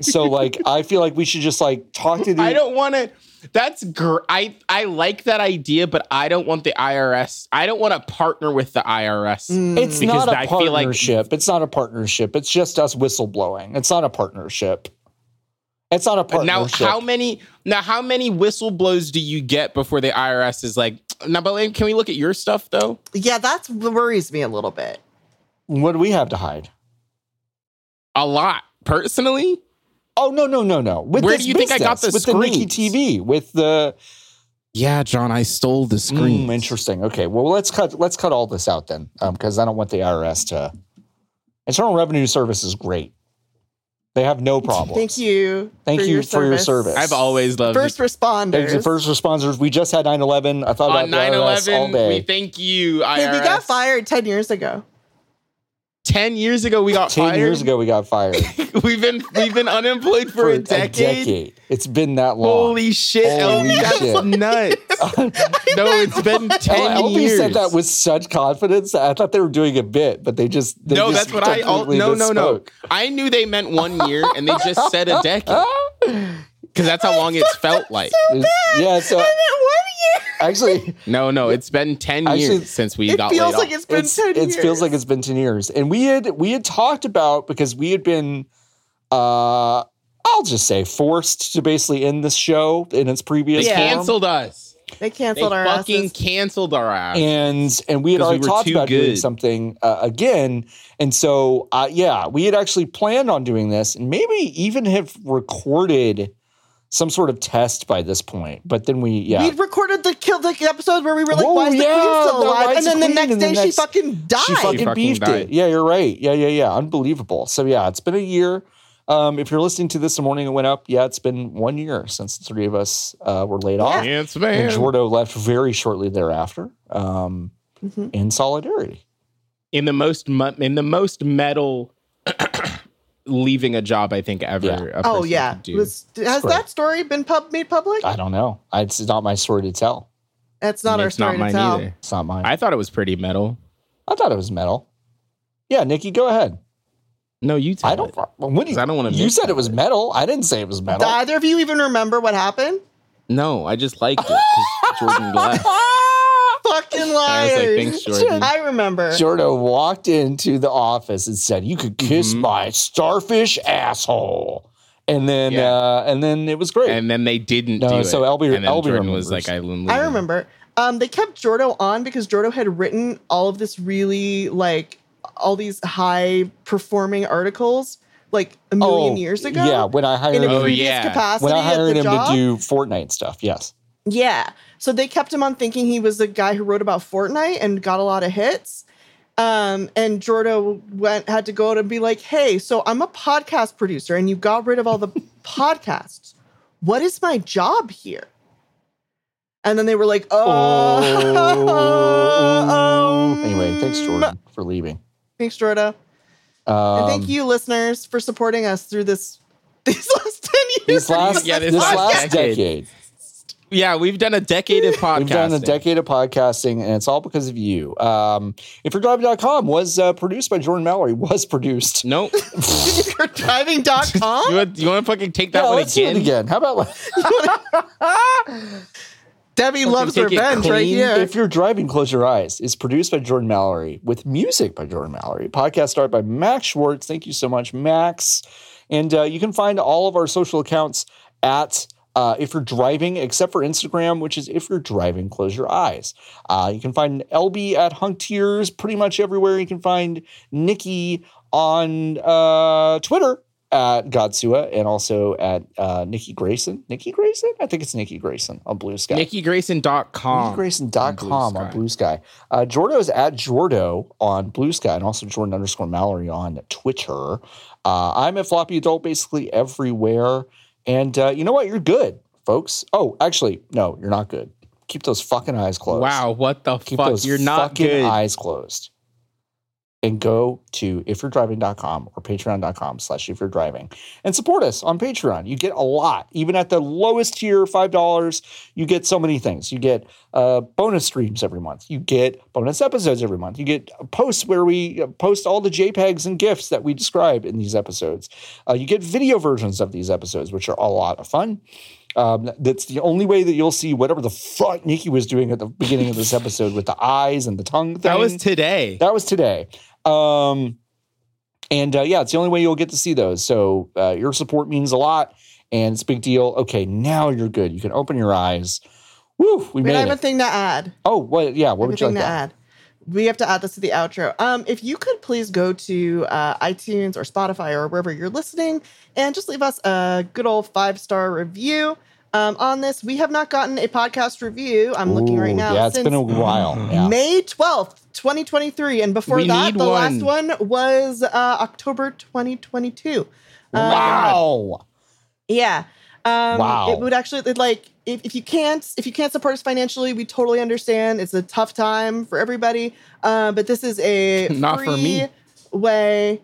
A: so like I feel like we should just like talk to the
C: I don't want to. That's gr- I I like that idea, but I don't want the IRS. I don't want to partner with the IRS.
B: Mm.
A: It's
C: Because
A: not a
C: I feel like-
A: partnership. it's not a partnership. It's just us whistleblowing. It's not a partnership. It's not a
C: Now,
A: partnership.
C: how many? Now, how many whistleblows do you get before the IRS is like? Now, but can we look at your stuff though?
B: Yeah, that's what worries me a little bit.
A: what do we have to hide?
C: A lot, personally.
A: Oh no no no no! With
C: Where
A: this
C: do you think I got
A: business,
C: the
A: with the Nikki
C: screens?
A: TV with the
C: Yeah, John, I stole the
A: mm,
C: screen.
A: interesting. Okay, well let's cut let's cut all this out then, because I don't want the IRS to. Internal Revenue Service is great. They have no problem.
B: Thank you.
A: Thank you for your service.
C: I've always loved
B: First responders.
A: Thank you, first responders. We just had 9-11. I thought
C: on
A: about 9 IRS all
C: 9-11.
A: day.
C: We thank you,
B: Hey,
C: IRS.
B: we got fired 10 years ago.
C: Ten years ago, we got
A: Ten
C: fired.
A: years ago, we got fired
C: we've been we've been unemployed for, a, decade.
A: It's been that long.
C: Holy shit,
A: Holy
C: LB, that's
A: shit.
C: nuts. no, it's been ten
A: Oh, LB
C: years.
A: said that with such confidence. that I thought they were doing a bit, but they just they
C: no,
A: just
C: that's what I. All,
A: completely
C: no, no, no.
A: misspoke.
C: I knew they meant one year, and they just said a decade because that's how long it's felt like.
A: It's- Yeah, so
B: one year.
A: actually,
C: No, no, it's been ten
A: Actually,
C: years since we
B: It
C: got
B: feels
C: laid
B: like
C: off.
B: it's been
A: it's,
B: 10
A: it
B: years.
A: feels like it's been ten years, and we had we had talked about because we had been, uh, I'll just say, forced to basically end this show in its
C: They
A: previous
B: Yeah.
A: form.
C: canceled us.
B: They
C: They
B: canceled our
C: fucking
B: asses.
C: canceled our ass.
A: and and we had
C: 'Cause we
A: already
C: were
A: talked
C: too
A: about doing
C: good.
A: something uh, again and so uh, yeah we had actually planned on doing this and maybe even have recorded some sort of test by this point but then we yeah
B: We'd recorded the kill the episode where we were like,
A: Oh,
B: why is the
A: yeah,
B: queen still
A: the
B: alive?
A: why is
B: and
A: the
B: then the
A: queen?
B: next
A: And the
B: day she
A: next-
B: fucking died.
A: she fucking
C: She fucking
A: beefed
C: died.
A: it yeah you're right yeah yeah yeah unbelievable so yeah it's been a year um, if you're listening to this the morning it went up yeah it's been one year since the three of us uh, were laid off
C: Yes,
A: and
C: man.
A: Jordo left very shortly thereafter um,
B: Mhm.
A: in solidarity
C: in the most mu- in the most metal leaving a job I think ever.
A: Yeah.
C: a
B: Oh
C: person
B: yeah.
C: could do.
B: Was, has
A: great.
B: that story been pub made public?
A: I don't know it's not my story to tell
B: That's not our
C: It's
B: story to tell.
A: It's not mine. I,
C: I thought it was pretty metal.
A: thought it was metal. Yeah, Nikki, go ahead.
C: No, you. Tell
A: I don't.
C: it.
A: Well, what do
C: 'Cause
A: you,
C: I don't wanna
A: You
C: mix
A: said it was
C: that.
A: metal. I didn't say it was metal.
B: Do either of you even remember what happened?
C: No, I just liked it 'cause Jordan left.
B: Fucking
C: I was like,
B: liars.
C: thanks, Jordan.
B: I remember.
A: Jordo walked into the office and said, "You could kiss
C: Mhm.
A: my starfish asshole," and then
C: Yeah.
A: uh, and then it was great.
C: And then they didn't
A: No,
C: do it.
A: so LB
C: and then
A: LB
C: Jordan was
A: remembers.
C: like, I, am
B: I
C: leaving.
B: remember. Um, they kept Jordo on because Jordo had written all of this really like all these high performing articles like a million years ago.
A: Oh, yeah, when I hired
B: In a
A: him,
C: Oh,
B: previous
C: yeah.
B: capacity
A: when I
B: at
A: hired
B: the
A: him
B: job.
A: to do Fortnite stuff. Yes,
B: Yeah. So they kept him on thinking he was the guy who wrote about Fortnite and got a lot of hits. Um, and Jordo went had to go out and be like, "Hey, so I'm a podcast producer, and you got rid of all the podcasts. What is my job here?" And then they were like, "Oh,
A: Oh. Anyway, thanks,
B: um,
A: Jordan, for leaving.
B: Thanks, Jordo,
A: Um,
B: and thank you, listeners, for supporting us through this these last ten years.
A: These last,
C: Yeah,
A: this,
C: this
A: last,
C: last
A: decade.
C: decade. Yeah, we've done a decade of podcasting.
A: We've done a decade of podcasting, and it's all because of you. Um, if you're driving.com was uh, produced by Jordan Mallory, was produced.
C: Nope.
B: You're driving.com?
C: You want, you want to fucking take that
A: yeah,
C: one
A: let's do it
C: again?
A: again. How about like,
B: Debbie loves
C: take it
B: revenge right
C: clean.
B: here.
A: if you're driving, close your eyes? Is produced by Jordan Mallory with music by Jordan Mallory. Podcast art by Max Schwartz. Thank you so much, Max. And uh, you can find all of our social accounts at uh, if you're driving, except for Instagram, which is if you're driving, close your eyes. Uh, you can find LB at Hunk Tears pretty much everywhere. You can find Nikki on uh, Twitter at Godsua and also at uh, Nikki Grayson. Nikki Grayson? I think it's Nikki Grayson on Blue Sky.
C: NikkiGrayson.com.
A: NikkiGrayson.com on
C: Sky.
A: Blue Sky. Uh, Jordo is at Jordo on Blue Sky and also Jordan underscore Mallory on Twitter. Uh, I'm a floppy adult basically everywhere. And uh, you know what? You're good, folks. Oh, actually, no, you're not good. Keep those fucking eyes closed.
C: Wow, what the
A: Keep
C: fuck?
A: those
C: You're not
A: fucking
C: good.
A: eyes closed. And go to ifyou'redriving.com or patreon.com slash if you're driving and support us on Patreon. You get a lot. Even at the lowest tier, $5, you get so many things. You get uh, bonus streams every month. You get bonus episodes every month. You get posts where we uh, post all the JPEGs and GIFs that we describe in these episodes. Uh, you get video versions of these episodes, which are a lot of fun. Um, that's the only way that you'll see whatever the fuck Nikki was doing at the beginning of this episode with the eyes and the tongue thing.
C: That was today.
A: That was today. Um, and uh, yeah, it's the only way you'll get to see those. So uh, your support means a lot, and it's a big deal. Okay, now you're good. You can open your eyes. Woo, we
B: Wait, I
A: made
B: have a
A: it.
B: thing to add.
A: Oh, what? Yeah, what
B: I have a
A: would you
B: thing
A: like
B: to
A: to add?
B: add. We have to add this to the outro. Um, if you could please go to uh, iTunes or Spotify or wherever you're listening and just leave us a good old five star review um, on this. We have not gotten a podcast review. I'm looking right
A: Ooh,
B: now.
A: Yeah, it's
B: since
A: been a while. Yeah.
B: May uh, 12th, 2023. And before
C: We
B: that,
C: need
B: the last
C: one.
B: one was uh, October 2022. Um,
A: wow.
B: yeah. Um,
A: Wow.
B: It would actually it, like if, if you can't if you can't support us financially, we totally understand. It's a tough time for everybody. Uh, but this is a
C: Not
B: free
C: for me.
B: way.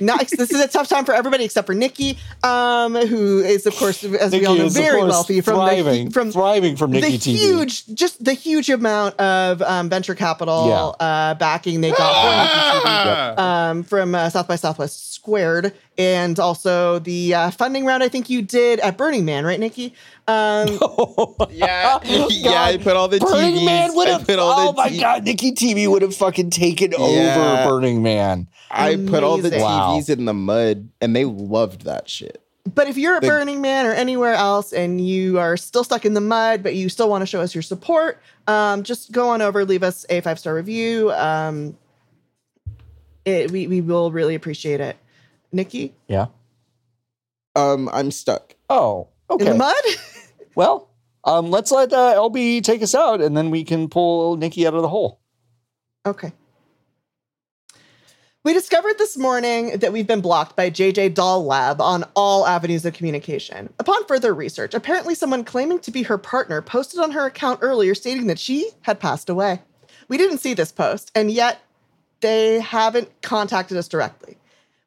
B: Not this is a tough time for everybody except for Nikki, um, who is of course as we all know
A: is, of
B: very
A: course,
B: wealthy from
A: thriving,
B: the, from
A: thriving from Nikki
B: the
A: TV.
B: huge just the huge amount of um, venture capital
A: Yeah.
B: uh, backing they got. from Nikki
C: Ah!
B: um, from uh, South by Southwest Squared, and also the uh, funding round I think you did at Burning Man, right, Nikki? Um,
C: Yeah, yeah. I put all the
A: Oh Burning
C: TVs.
A: Man would
C: I
A: have.
C: put all
A: Oh
C: the
A: my
C: T-
A: God, Nikki TV would have fucking taken
C: Yeah.
A: over Burning Man.
C: I put all the
B: Amazing.
C: TVs
A: Wow.
C: in the mud, and they loved that shit.
B: but if you're at
C: The-
B: Burning Man or anywhere else, and you are still stuck in the mud, but you still want to show us your support, um, just go on over, leave us a five star review. Um, it, we we will really appreciate it, Nikki.
A: Yeah.
C: Um, I'm stuck.
A: Oh, okay.
B: In the mud.
A: Well, um, let's let uh, LB take us out, and then we can pull Nikki out of the hole.
B: Okay. We discovered this morning that we've been blocked by JJ Doll Lab on all avenues of communication. Upon further research, apparently someone claiming to be her partner posted on her account earlier stating that she had passed away. We didn't see this post, and yet they haven't contacted us directly.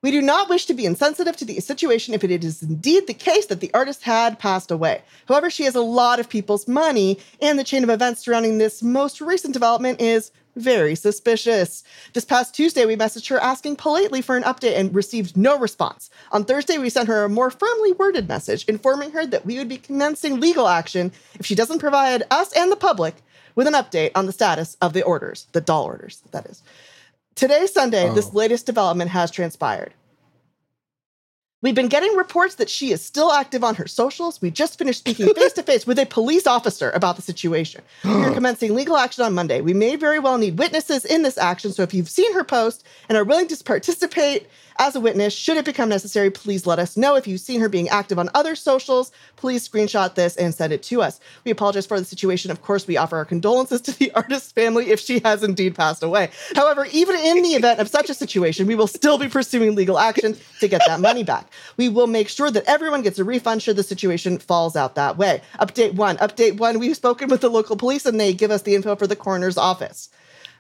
B: We do not wish to be insensitive to the situation if it is indeed the case that the artist had passed away. However, she has a lot of people's money, and the chain of events surrounding this most recent development is very suspicious. This past Tuesday, we messaged her asking politely for an update and received no response. On Thursday, we sent her a more firmly worded message informing her that we would be commencing legal action if she doesn't provide us and the public with an update on the status of the orders, the doll orders, that is. Today, Sunday, this latest development has transpired. We've been getting reports that she is still active on her socials. We just finished speaking face to face with a police officer about the situation. We are commencing legal action on Monday. We may very well need witnesses in this action, so if you've seen her post and are willing to participate as a witness, should it become necessary, please let us know. If you've seen her being active on other socials, please screenshot this and send it to us. We apologize for the situation. Of course, we offer our condolences to the artist's family if she has indeed passed away. However, even in the event of such a situation, we will still be pursuing legal action to get that money back. We will make sure that everyone gets a refund should the situation falls out that way. Update one. Update one. We've spoken with the local police and they give us the info for the coroner's office.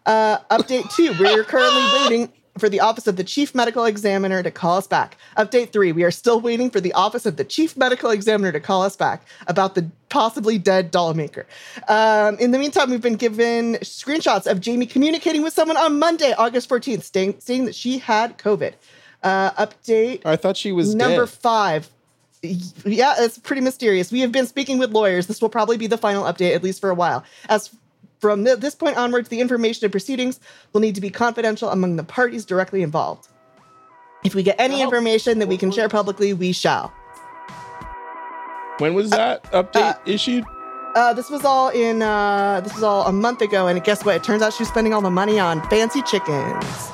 B: Uh, update two. We're currently waiting for the office of the chief medical examiner to call us back. Update three. We are still waiting for the office of the chief medical examiner to call us back about the possibly dead doll maker. Um, in the meantime, we've been given screenshots of Jamie communicating with someone on Monday, August 14th, stating, stating that she had COVID. Uh, update
C: I thought she was
B: number
C: dead.
B: five. Yeah, it's pretty mysterious. We have been speaking with lawyers. This will probably be the final update, at least for a while. As from th- this point onwards, the information and proceedings will need to be confidential among the parties directly involved. If we get any
C: Well-
B: information that we can share publicly, we shall.
C: When was that
B: uh,
C: update issued?
B: Uh, this was all in uh, this was all a month ago, and guess what? It turns out she was spending all the money on fancy chickens.